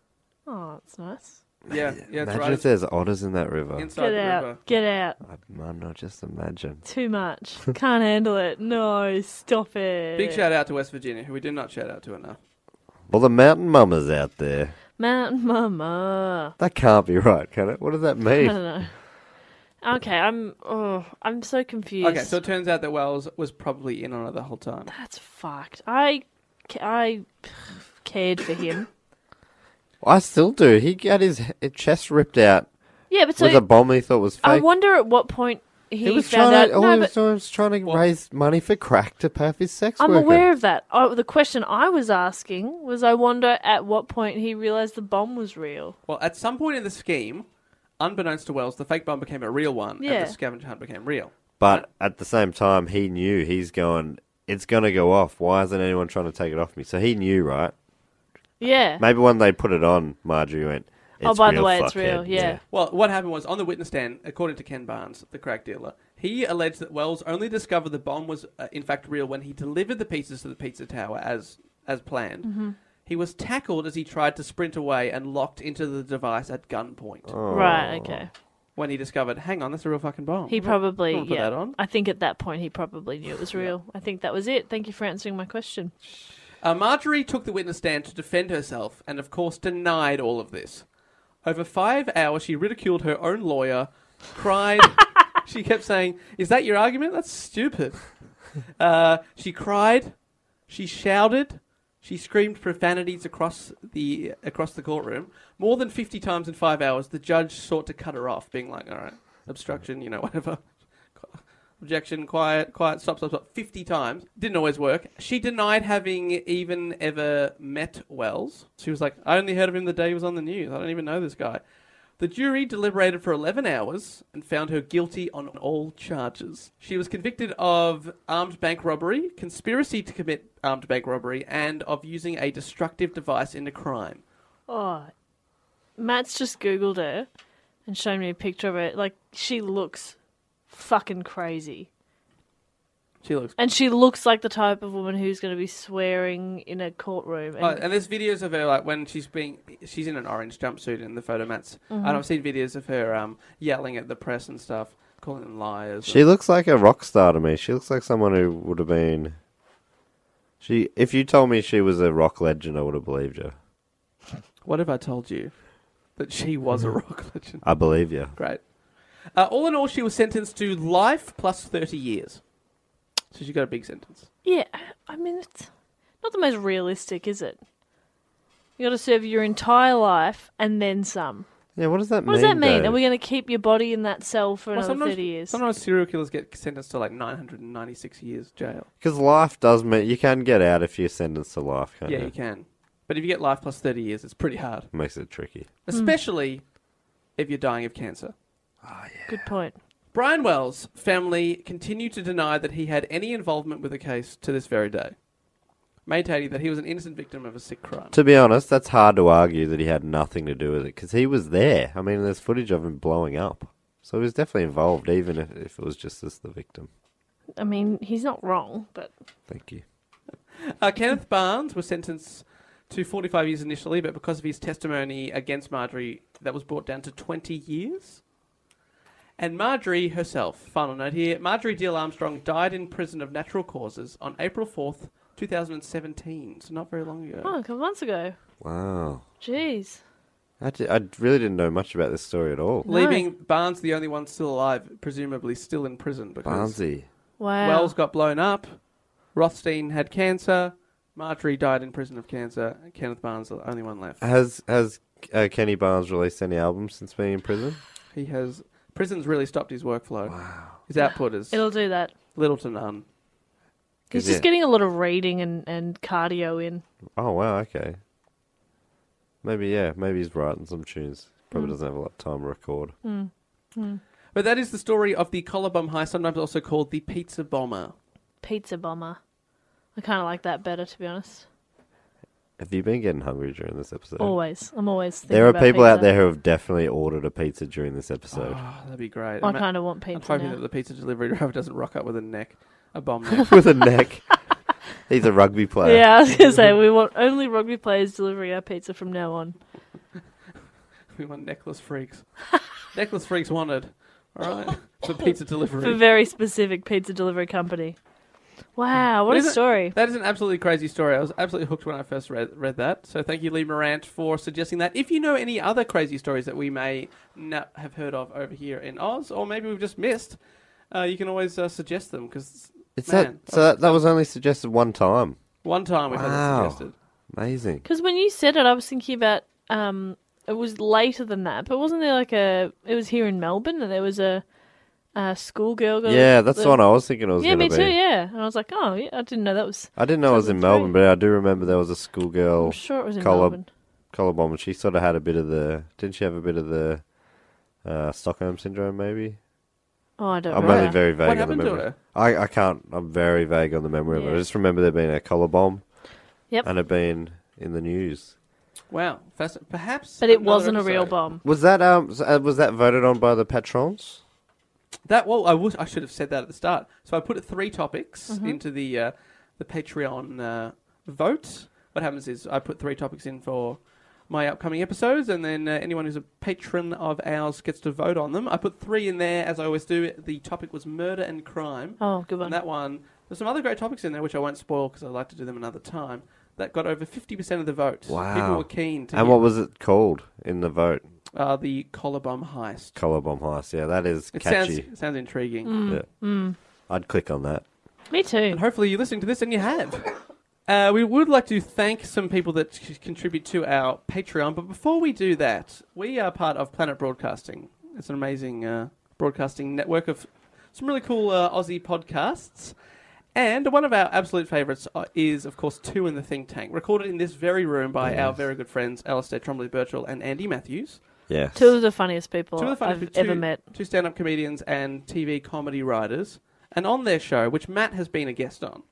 H: Oh, that's nice.
J: Yeah, yeah, that's
I: Imagine
J: right.
I: if there's otters in that river.
J: Inside
H: Get
J: the
H: out.
J: river.
H: Get out.
I: I'm not just imagine.
H: Too much. Can't handle it. No, stop it.
J: Big shout out to West Virginia, who we did not shout out to enough.
I: Well, the mountain mama's out there.
H: Mountain Mama.
I: That can't be right, can it? What does that
H: I
I: mean?
H: don't know. Okay, I'm. Oh, I'm so confused.
J: Okay, so it turns out that Wells was probably in on it the whole time.
H: that's fucked. I, ca- I cared for him.
I: I still do. He got his h- chest ripped out
H: Yeah, but so
I: with a bomb he thought was fake.
H: I wonder at what point he,
I: he was
H: found
I: trying
H: out.
I: to, all
H: no,
I: he was
H: but
I: doing was trying to raise money for crack to pay off his sex
H: I'm
I: worker.
H: aware of that. I, the question I was asking was, I wonder at what point he realized the bomb was real.
J: Well, at some point in the scheme, unbeknownst to Wells, the fake bomb became a real one,
H: Yeah.
J: and the scavenger hunt became real.
I: But at the same time, he knew he's going. It's gonna go off. Why isn't anyone trying to take it off me? So he knew, right?
H: Yeah.
I: Maybe when they put it on, Marjorie went. It's
H: Oh, by the
I: real,
H: way, it's
I: fuckhead."
H: real, yeah.
J: Well, what happened was on the witness stand, according to Ken Barnes, the crack dealer, he alleged that Wells only discovered the bomb was uh, in fact real when he delivered the pizzas to the pizza tower as as planned.
H: Mm-hmm.
J: He was tackled as he tried to sprint away and locked into the device at gunpoint.
H: Oh. Right. Okay.
J: When he discovered, hang on, that's a real fucking bomb.
H: He
J: I'm not-
H: probably.
J: I'm not gonna
H: yeah.
J: put that on.
H: I think at that point he probably knew it was real. I think that was it. Thank you for answering my question.
J: Uh, Marjorie took the witness stand to defend herself and, of course, denied all of this. Over five hours, she ridiculed her own lawyer, cried. she kept saying, Is that your argument? That's stupid. Uh, she cried. She shouted. She screamed profanities across the across the courtroom more than fifty times in five hours. The judge sought to cut her off, being like, "All right, obstruction, you know, whatever." Objection, quiet, quiet, stop, stop, stop. 50 times. Didn't always work. She denied having even ever met Wells. She was like, I only heard of him the day he was on the news. I don't even know this guy. The jury deliberated for 11 hours and found her guilty on all charges. She was convicted of armed bank robbery, conspiracy to commit armed bank robbery, and of using a destructive device in a crime.
H: Oh, Matt's just googled her and shown me a picture of her. Like she looks fucking crazy,
J: She looks.
H: and she looks like the type of woman who's going to be swearing in a courtroom. And,
J: Oh, and there's videos of her like when she's being she's in an orange jumpsuit in the photo mats,
H: Mm-hmm.
J: and I've seen videos of her um, yelling at the press and stuff, calling them liars.
I: She looks like a rock star to me. She looks like someone who would have been. She, if you told me she was a rock legend, I would have believed you.
J: What if I told you that she was a rock legend?
I: I believe you.
J: Great. Uh, all in all, she was sentenced to life plus thirty years. So she got a big sentence.
H: yeah, I mean it's not the most realistic, is it? You got to serve your entire life and then some.
I: Yeah, what does that
H: What
I: mean?
H: does that mean?
I: though?
H: Are we going to keep your body in that cell for another
J: sometimes,
H: thirty years?
J: sometimes serial killers get sentenced to like nine hundred and ninety-six years jail.
I: Because life does mean you can get out if you're sentenced to life, can't
J: Yeah,
I: you?
J: you can. But if you get life plus thirty years, it's pretty hard,
H: Hmm.
I: Makes it tricky.
J: especially if you're dying of cancer.
H: Good point.
J: Brian Wells' family continue to deny that he had any involvement with the case to this very day, maintaining that he was an innocent victim of a sick crime.
I: To be honest, that's hard to argue that he had nothing to do with it because he was there. I mean, there's footage of him blowing up, so he was definitely involved, even if, if it was just as the victim.
H: I mean, he's not wrong, but
I: Thank you.
J: Uh, Kenneth Barnes was sentenced to 45 years initially, but because of his testimony against Marjorie, that was brought down to 20 years. And Marjorie herself, final note here Marjorie Deal Armstrong died in prison of natural causes on April 4th, 2017, so not very long ago.
H: oh, a couple months ago.
I: Wow,
H: Jeez.
I: I, di- I really didn't know much about this story at all.
J: Leaving Barnes the only one still alive, presumably still in prison because
I: Barnsey.
H: Wow.
J: Wells got blown up. Rothstein had cancer. Marjorie died in prison of cancer. and Kenneth Barnes, the only one left.
I: Has has uh, Kenny Barnes released any albums since being in prison?
J: He has prison's really stopped his workflow. Wow. His output is
H: It'll do that.
J: little to none.
H: He's
I: Is
H: just
I: it-
H: getting a lot of reading and, and cardio in.
I: Oh wow, okay. Oh, Maybe yeah, maybe he's writing some tunes.
H: Hmm.
I: Probably
J: Mm.
I: doesn't have a lot of time to record.
J: Mm. But that is the story of the collar bomb high, sometimes also called the pizza bomber.
H: Pizza bomber. I kind of like that better, to be honest.
I: Have you been getting hungry during this episode?
H: Always, I'm always. Thinking
I: There are
H: Oh, about
I: people out
H: pizza.
I: there who have definitely ordered a pizza during this episode.
J: Oh, that'd be great.
H: I
J: I'm-
H: kinda want
J: I'm
H: pizza
J: hoping
H: now.
J: that the pizza delivery driver doesn't rock up with a neck, a bomb neck.
I: With a neck. He's a rugby player.
H: Yeah, I was gonna say we want only rugby players delivering our pizza from now on.
J: we want necklace freaks. necklace freaks wanted. All right, for pizza delivery.
H: For very specific pizza delivery company. Wow, what
J: But
H: a
J: isn't-
H: story!
J: That is an absolutely crazy story. I was absolutely hooked when I first read, read that. So thank you, Lee Morant, for suggesting that. If you know any other crazy stories that we may not have heard of over here in Oz, or maybe we've just missed, uh, you can always uh, suggest them because
I: It's
J: man,
I: that, so that, that was only suggested one time.
J: One time we've had that suggested.
I: Amazing.
H: Because when you said it, I was thinking about um, it was later than that, but wasn't there like a? It was here in Melbourne, and there was a, a schoolgirl. got-
I: Yeah, that's the one I was thinking it was
H: Yeah,
I: gonna
H: me too.
I: be.
H: Yeah, and I was like, oh, yeah, I didn't know that was.
I: I didn't know it was in Melbourne, but I do remember there was a schoolgirl
H: I'm sure it was in
I: collar,
H: Melbourne.
I: collar bomb, and she sort of had a bit of the. Didn't she have a bit of the uh, Stockholm syndrome, maybe?
H: Oh, I don't.
I: I'm
H: remember.
I: only very vague on the
J: happened to
I: memory.
J: her?
I: I, I can't. I'm very vague on the memory of it.
J: Yeah.
I: I just remember there being a collar bomb.
H: Yep.
I: And it being in the news.
J: Wow, fasc- perhaps.
H: But it
J: another
H: wasn't a real
J: episode.
H: bomb.
I: Was that um? s- uh, Was that voted on by the patrons?
J: That well, I would I should have said that at the start. So I put three topics
H: Mhm.
J: into the uh, the Patreon uh, vote. What happens is I put three topics in for my upcoming episodes, and then uh, anyone who's a patron of ours gets to vote on them. I put three in there as I always do. The topic was murder and crime.
H: Oh, good one.
J: And that one. There's some other great topics in there which I won't spoil because I'd like to do them another time. That got over fifty percent of the vote.
I: Wow.
J: People were keen to.
I: And
J: hear-
I: what was it called in the vote?
J: uh, the collar bomb heist?
I: Collar bomb heist. Yeah, that is
J: It
I: catchy.
J: sounds sounds intriguing.
I: Yeah. I'd click on that.
H: Me too.
J: Mm. And hopefully you're listening to this and you have. Uh, we would like to thank some people that c- contribute to our Patreon, but before we do that, we are part of Planet Broadcasting. It's an amazing uh, broadcasting network of some really cool uh, Aussie podcasts. And one of our absolute favourites uh, is, of course, Two in the Think Tank, recorded in this very room by our
I: Yes.
J: very good friends Alistair Trombley Birchall and Andy Matthews.
I: Yes.
H: Two of the funniest people
J: Two of the funniest
H: I've
J: people-
H: ever
J: two-
H: met.
J: Two stand up comedians and TV comedy writers. And on their show, which Matt has been a guest on,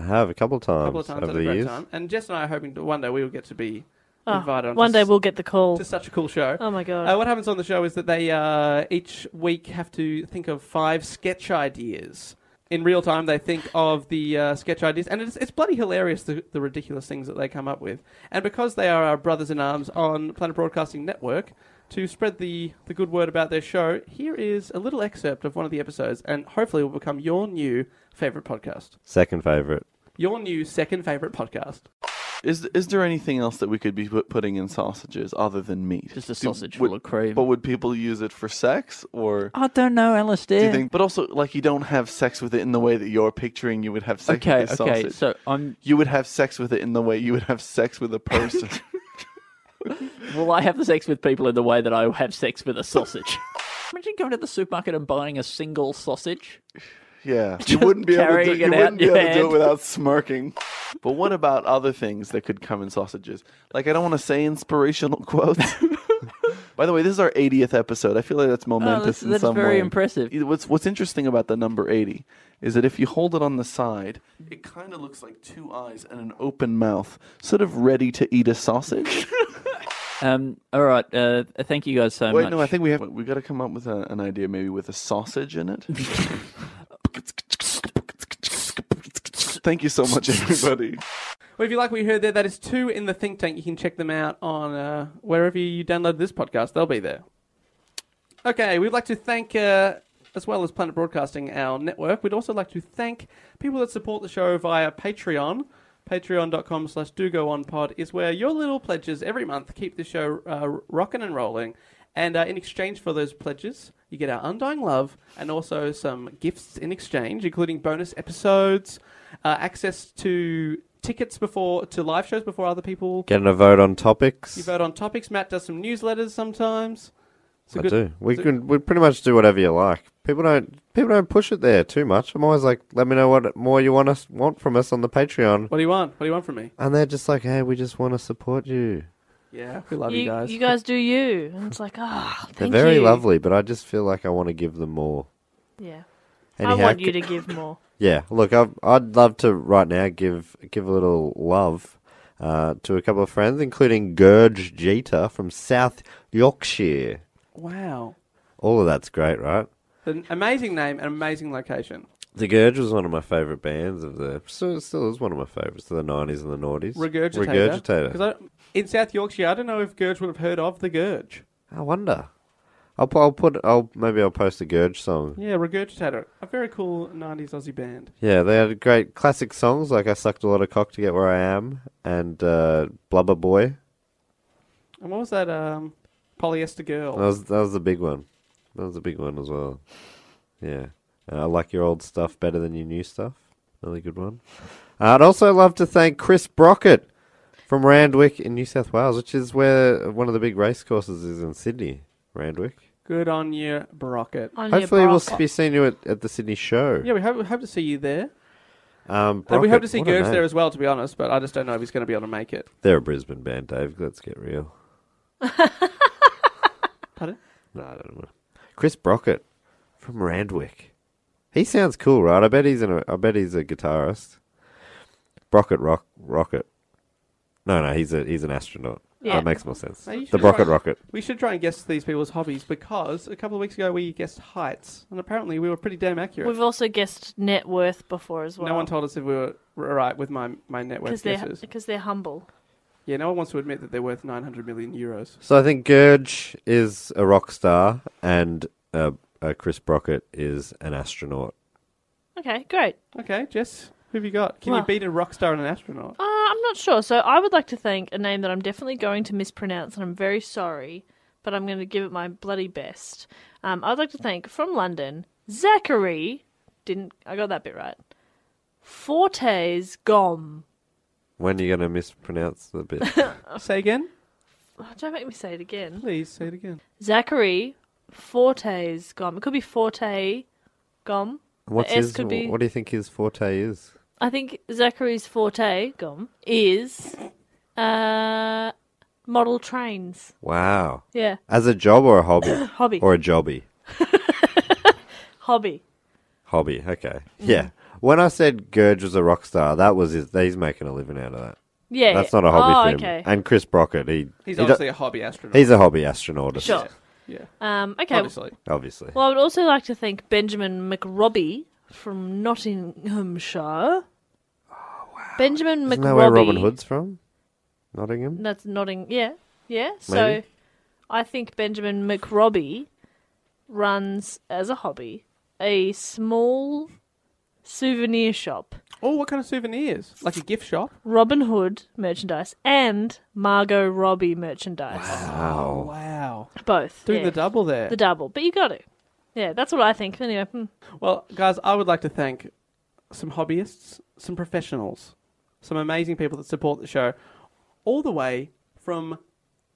I: I have a couple of times,
J: a couple of times
I: over
J: had a
I: the
J: great
I: years.
J: time. And Jess and I are hoping to, one day we will get to be
H: Oh,
J: invited. On
H: one
J: to
H: day
J: s-
H: we'll get the call.
J: to such a cool show.
H: Oh my god.
J: Uh, what happens on the show is that they uh, each week have to think of five sketch ideas. In real time, they think of the uh, sketch ideas, and it's, it's bloody hilarious the, the ridiculous things that they come up with. And because they are our brothers in arms on Planet Broadcasting Network, to spread the, the good word about their show, here is a little excerpt of one of the episodes, and hopefully will become your new favorite podcast.
I: Second favorite.
J: Your new second favorite podcast.
L: Is is there anything else that we could be put- putting in sausages other than meat? Just a
M: sausage
L: would,
M: full of cream.
L: But would people use it for sex or?
M: I don't know, LSD.
L: Do you think? But also, like, you don't have sex with it in the way that you're picturing you would have sex
M: Okay,
L: with a
M: okay,
L: sausage.
M: so I'm.
L: You would have sex with it in the way you would have sex with a person.
M: Well, I have the sex with people in the way that I have sex with a sausage. Imagine going to the supermarket and buying a single sausage.
L: yeah, you
M: Just
L: wouldn't be able to do,
M: carrying it
L: you
M: out
L: wouldn't be
M: your
L: able to do it
M: hand.
L: without smirking. But what about other things that could come in sausages? Like, I don't want to say inspirational quotes. By the way, this is our 80th episode. I feel like that's momentous
M: that's-
L: in
M: that's
L: some
M: very
L: way.
M: impressive.
L: It- What's What's interesting about the number 80 is that if you hold it on the side, it kind of looks like two eyes and an open mouth, sort of ready to eat a sausage.
M: Um. All right. Uh. Thank you guys so
L: Wait,
M: much.
L: no, I think we have we got to come up with a, an idea, maybe with a sausage in it. Thank you so much, everybody.
J: Well, if you like what you heard there, that is two in the think tank. You can check them out on uh, wherever you download this podcast. They'll be there. Okay, we'd like to thank, uh, as well as Planet Broadcasting, our network. We'd also like to thank people that support the show via Patreon. Patreon.com slash do go on pod is where your little pledges every month keep the show uh, rocking and rolling. And uh, in exchange for those pledges, you get our undying love and also some gifts in exchange, including bonus episodes, uh, access to tickets before to live shows before other people.
I: Getting a vote on topics.
J: You vote on topics. Matt does some newsletters sometimes. It's a
I: I
J: good-
I: do. We
J: it's a-
I: can we pretty much do whatever you like. People don't people don't push it there too much. I'm always like, let me know what more you want us want from us on the Patreon,
J: What do you want? What do you want from me?
I: and they're just like, hey, we just want to support you.
J: Yeah, we love you, guys.
H: You guys do you. And it's like, ah, oh,
I: They're
H: thank
I: very
H: you.
I: lovely, but I just feel like I want to give them more.
H: Yeah. I
I: Anyhow,
H: want you
I: c-
H: to give more.
I: Yeah, look, I've, I'd love to right now give give a little love uh, to a couple of friends, including Gurge Jeter from South Yorkshire.
J: Wow.
I: All of that's great, right?
J: An amazing name, an amazing location.
I: The Gurge was one of my favourite bands of the. Still, still is one of my favourites of the 90s and the noughties.
J: Regurgitator.
I: Regurgitator.
J: 'Cause I, in South Yorkshire, I don't know if Gurge would have heard of the Gurge.
I: I wonder. I'll, pu- I'll put. I'll Maybe I'll post a Gurge song.
J: Yeah, Regurgitator. A very cool 90s Aussie band.
I: Yeah, they had great classic songs like I Sucked a Lot of Cock to Get Where I Am and uh, Blubber Boy.
J: And what was that? Um, Polyester Girl.
I: That was that was the big one. That was a big one as well. Yeah, Uh, I like your old stuff better than your new stuff. Another good one. Uh, I'd also love to thank Chris Brockett from Randwick in New South Wales, which is where one of the big race courses is in Sydney. Randwick.
J: Good on you, Brockett.
I: Hopefully, we'll s- be seeing you at, at the Sydney show.
J: Yeah, we hope, we hope to see you there.
I: Um,
J: and we hope
I: Brockett,
J: to see
I: what a
J: Gurge
I: name.
J: there as well, to be honest, but I just don't know if he's going to be able to make it.
I: They're a Brisbane band, Dave. Let's get real.
J: Pardon?
I: No, I don't know. Chris Brockett from Randwick. He sounds cool, right? I bet he's an, I bet he's a guitarist. Brockett Rock Rocket. No, no, he's a he's an astronaut. That makes more sense.
J: No, you
I: the
J: should
I: Brockett
J: try-
I: Rocket.
J: We should try and guess these people's hobbies because a couple of weeks ago we guessed heights, and apparently we were pretty damn accurate.
H: We've also guessed net worth before as well.
J: No one told us if we were r- right with my, my net
H: because
J: worth
H: they're
J: guesses.
H: because they're humble.
J: Yeah, no one wants to admit that they're worth 900 million euros.
I: So I think Gurge is a rock star and uh, uh, Chris Brockett is an astronaut.
H: Okay, great.
J: Okay, Jess, who have you got? Can
H: Well-
J: you beat a rock star and an astronaut?
H: Uh, I'm not sure. So I would like to thank a name that I'm definitely going to mispronounce, and I'm very sorry, but I'm going to give it my bloody best. Um, I'd like to thank from London Zachary. Didn't I got that bit right? Fortes Gom.
I: When are you going to mispronounce the bit?
J: say again.
H: Oh, don't make me say it again.
J: Please say it again.
H: Zachary Fortes Gom. It could be Forte Gom. The
I: What's
H: S
I: his,
H: could be-
I: What do you think his forte is?
H: I think Zachary's forte, gum, is uh, model trains.
I: Wow.
H: Yeah.
I: As a job or a hobby?
H: Hobby.
I: Or a jobby?
H: Hobby.
I: Hobby. Okay. Yeah. When I said Gurge was a rock star, that was his. He's making a living out of that.
H: Yeah,
I: That's
H: yeah.
I: not a hobby
H: Oh,
I: for him.
H: okay.
I: And Chris Brockett, he
J: He's
I: he
J: obviously
I: do-
J: a hobby astronaut.
I: He's a hobby astronaut.
H: Sure.
J: Yeah.
H: Um, okay.
J: Obviously.
I: Obviously.
H: Well, I would also like to thank Benjamin McRobbie from Nottinghamshire. Oh, wow. Benjamin
I: Isn't
H: McRobbie.
I: that where Robin Hood's from? Nottingham.
H: That's nodding. Yeah, yeah. So,
I: Maybe.
H: I think Benjamin McRobbie runs as a hobby a small souvenir shop,
J: Oh, what kind of souvenirs? Like a gift shop?
H: Robin Hood merchandise, and Margot Robbie merchandise.
I: Wow.
J: Wow.
H: Both
J: Doing
H: yeah.
J: the double there.
H: The double, but you got to. Yeah, that's what I think. Anyway, hmm.
J: Well, guys, I would like to thank some hobbyists, some professionals, some amazing people that support the show, all the way from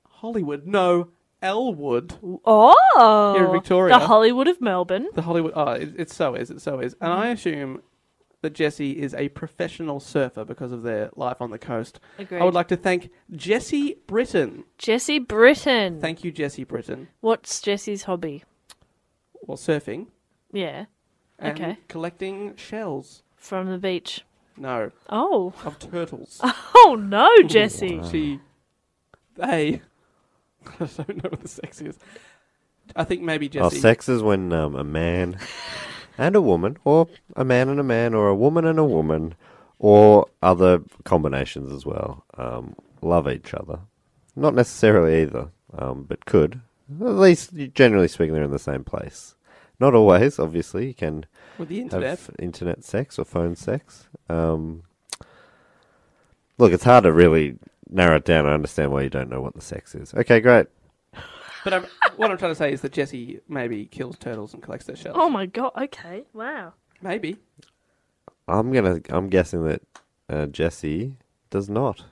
J: Hollywood. No, Elwood.
H: oh,
J: Here in Victoria.
H: the Hollywood of Melbourne.
J: The Hollywood. Oh, it, it so is. It so is. And
H: Mm-hmm.
J: I assume that Jesse is a professional surfer because of their life on the coast. I
H: Agreed.
J: would like to thank Jesse Britton.
H: Jesse Britton.
J: Thank you, Jesse Britton.
H: What's Jesse's hobby?
J: Well, surfing.
H: Yeah.
J: And
H: Okay.
J: Collecting shells.
H: From the beach.
J: No.
H: Oh.
J: Of turtles.
H: Oh no, Jesse.
J: She. They. I don't know what the sex is. I think maybe Jesse.
I: Oh, sex is when um, a man and a woman, or a man and a man, or a woman and a woman, or other combinations as well, um, love each other. Not necessarily either, um, but could. At least, generally speaking, they're in the same place. Not always, obviously. You can
J: With the internet.
I: have internet sex or phone sex. Um, look, it's hard to really narrow it down. I understand why you don't know what the sex is. Okay, great.
J: But I'm, what I'm trying to say is that Jesse maybe kills turtles and collects their shells.
H: Oh my god. Okay. Wow.
J: Maybe.
I: I'm gonna. I'm guessing that uh, Jesse does not.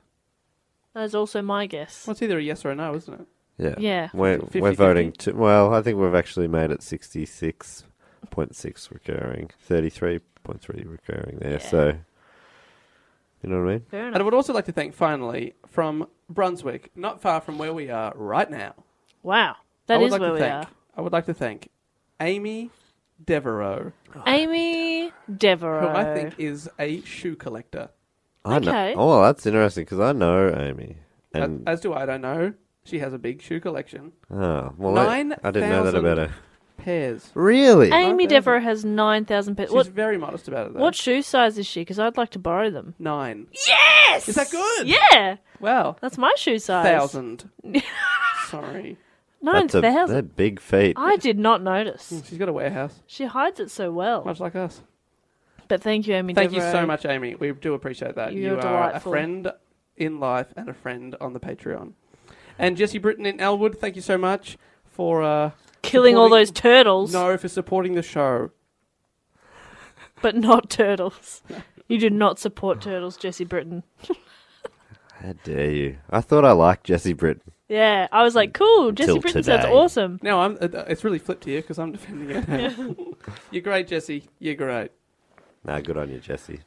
H: That is also my guess.
J: Well, it's either a yes or a no, isn't it?
I: Yeah.
H: Yeah.
I: We're we're
J: 50-50?
I: voting. To, well, I think we've actually made it sixty six point six recurring, thirty three point three recurring there. So You know what I mean?
H: Fair
J: and I would also like to thank, finally, from Brunswick, not far from where we are right now.
H: Wow.
J: I
H: that
J: would
H: is
J: like
H: where
J: to
H: we
J: thank,
H: are.
J: I would like to thank Amy Devereaux,
H: Amy Devereaux.
J: who I think is a shoe collector.
I: I know.
J: Okay.
I: Oh, that's interesting because I know Amy.
J: A-
I: And
J: As do I, I don't know. She has a big shoe collection.
I: oh, well, I- I, didn't know that
J: 9,000
I: about her.
J: Pairs.
I: Really?
H: Amy Devereaux has 9,000 pairs.
J: She's very modest about it, though.
H: What shoe size is she? Because I'd like to borrow them.
J: Nine.
H: Yes!
J: Is that good?
H: Yeah!
J: Wow.
H: That's my shoe size.
J: Thousand. Sorry.
I: That's a-
H: 9,000.
I: That big feat.
H: I did not notice.
J: Mm, She's got a warehouse,
H: She hides it so well.
J: much like us.
H: But thank you, Amy
J: Thank you
H: Devereaux.
J: so much, Amy. We do appreciate that.
H: You're
J: You are
H: delightful.
J: a friend in life and a friend on the Patreon. And Jesse Britton in Elwood, thank you so much for uh,
H: Killing all
J: supporting-
H: those turtles.
J: No, for supporting the show.
H: But not turtles. You do not support turtles, Jesse Britton.
I: How dare you? I thought I liked Jesse Britton.
H: Yeah, I was like, cool, Jesse
I: Till
H: Britton sounds
I: today.
H: awesome.
J: No, I'm. uh, It's really flipped to you because I'm defending it. You're great, Jesse. You're great.
I: Nah, good on you, Jesse.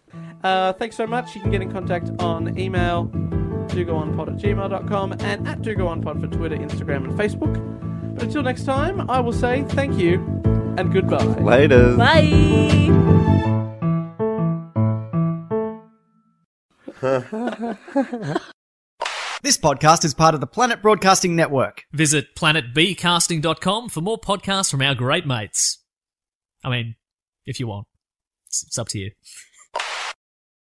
J: Uh, thanks so much. You can get in contact on email, dogoonpod at gmail.com, and at dogoonpod for Twitter, Instagram, and Facebook. But until next time, I will say thank you and goodbye.
I: Later.
H: Bye.
E: This podcast is part of the Planet Broadcasting Network.
F: Visit planetbcasting.com for more podcasts from our great mates. I mean, if you want, it's it's up to you.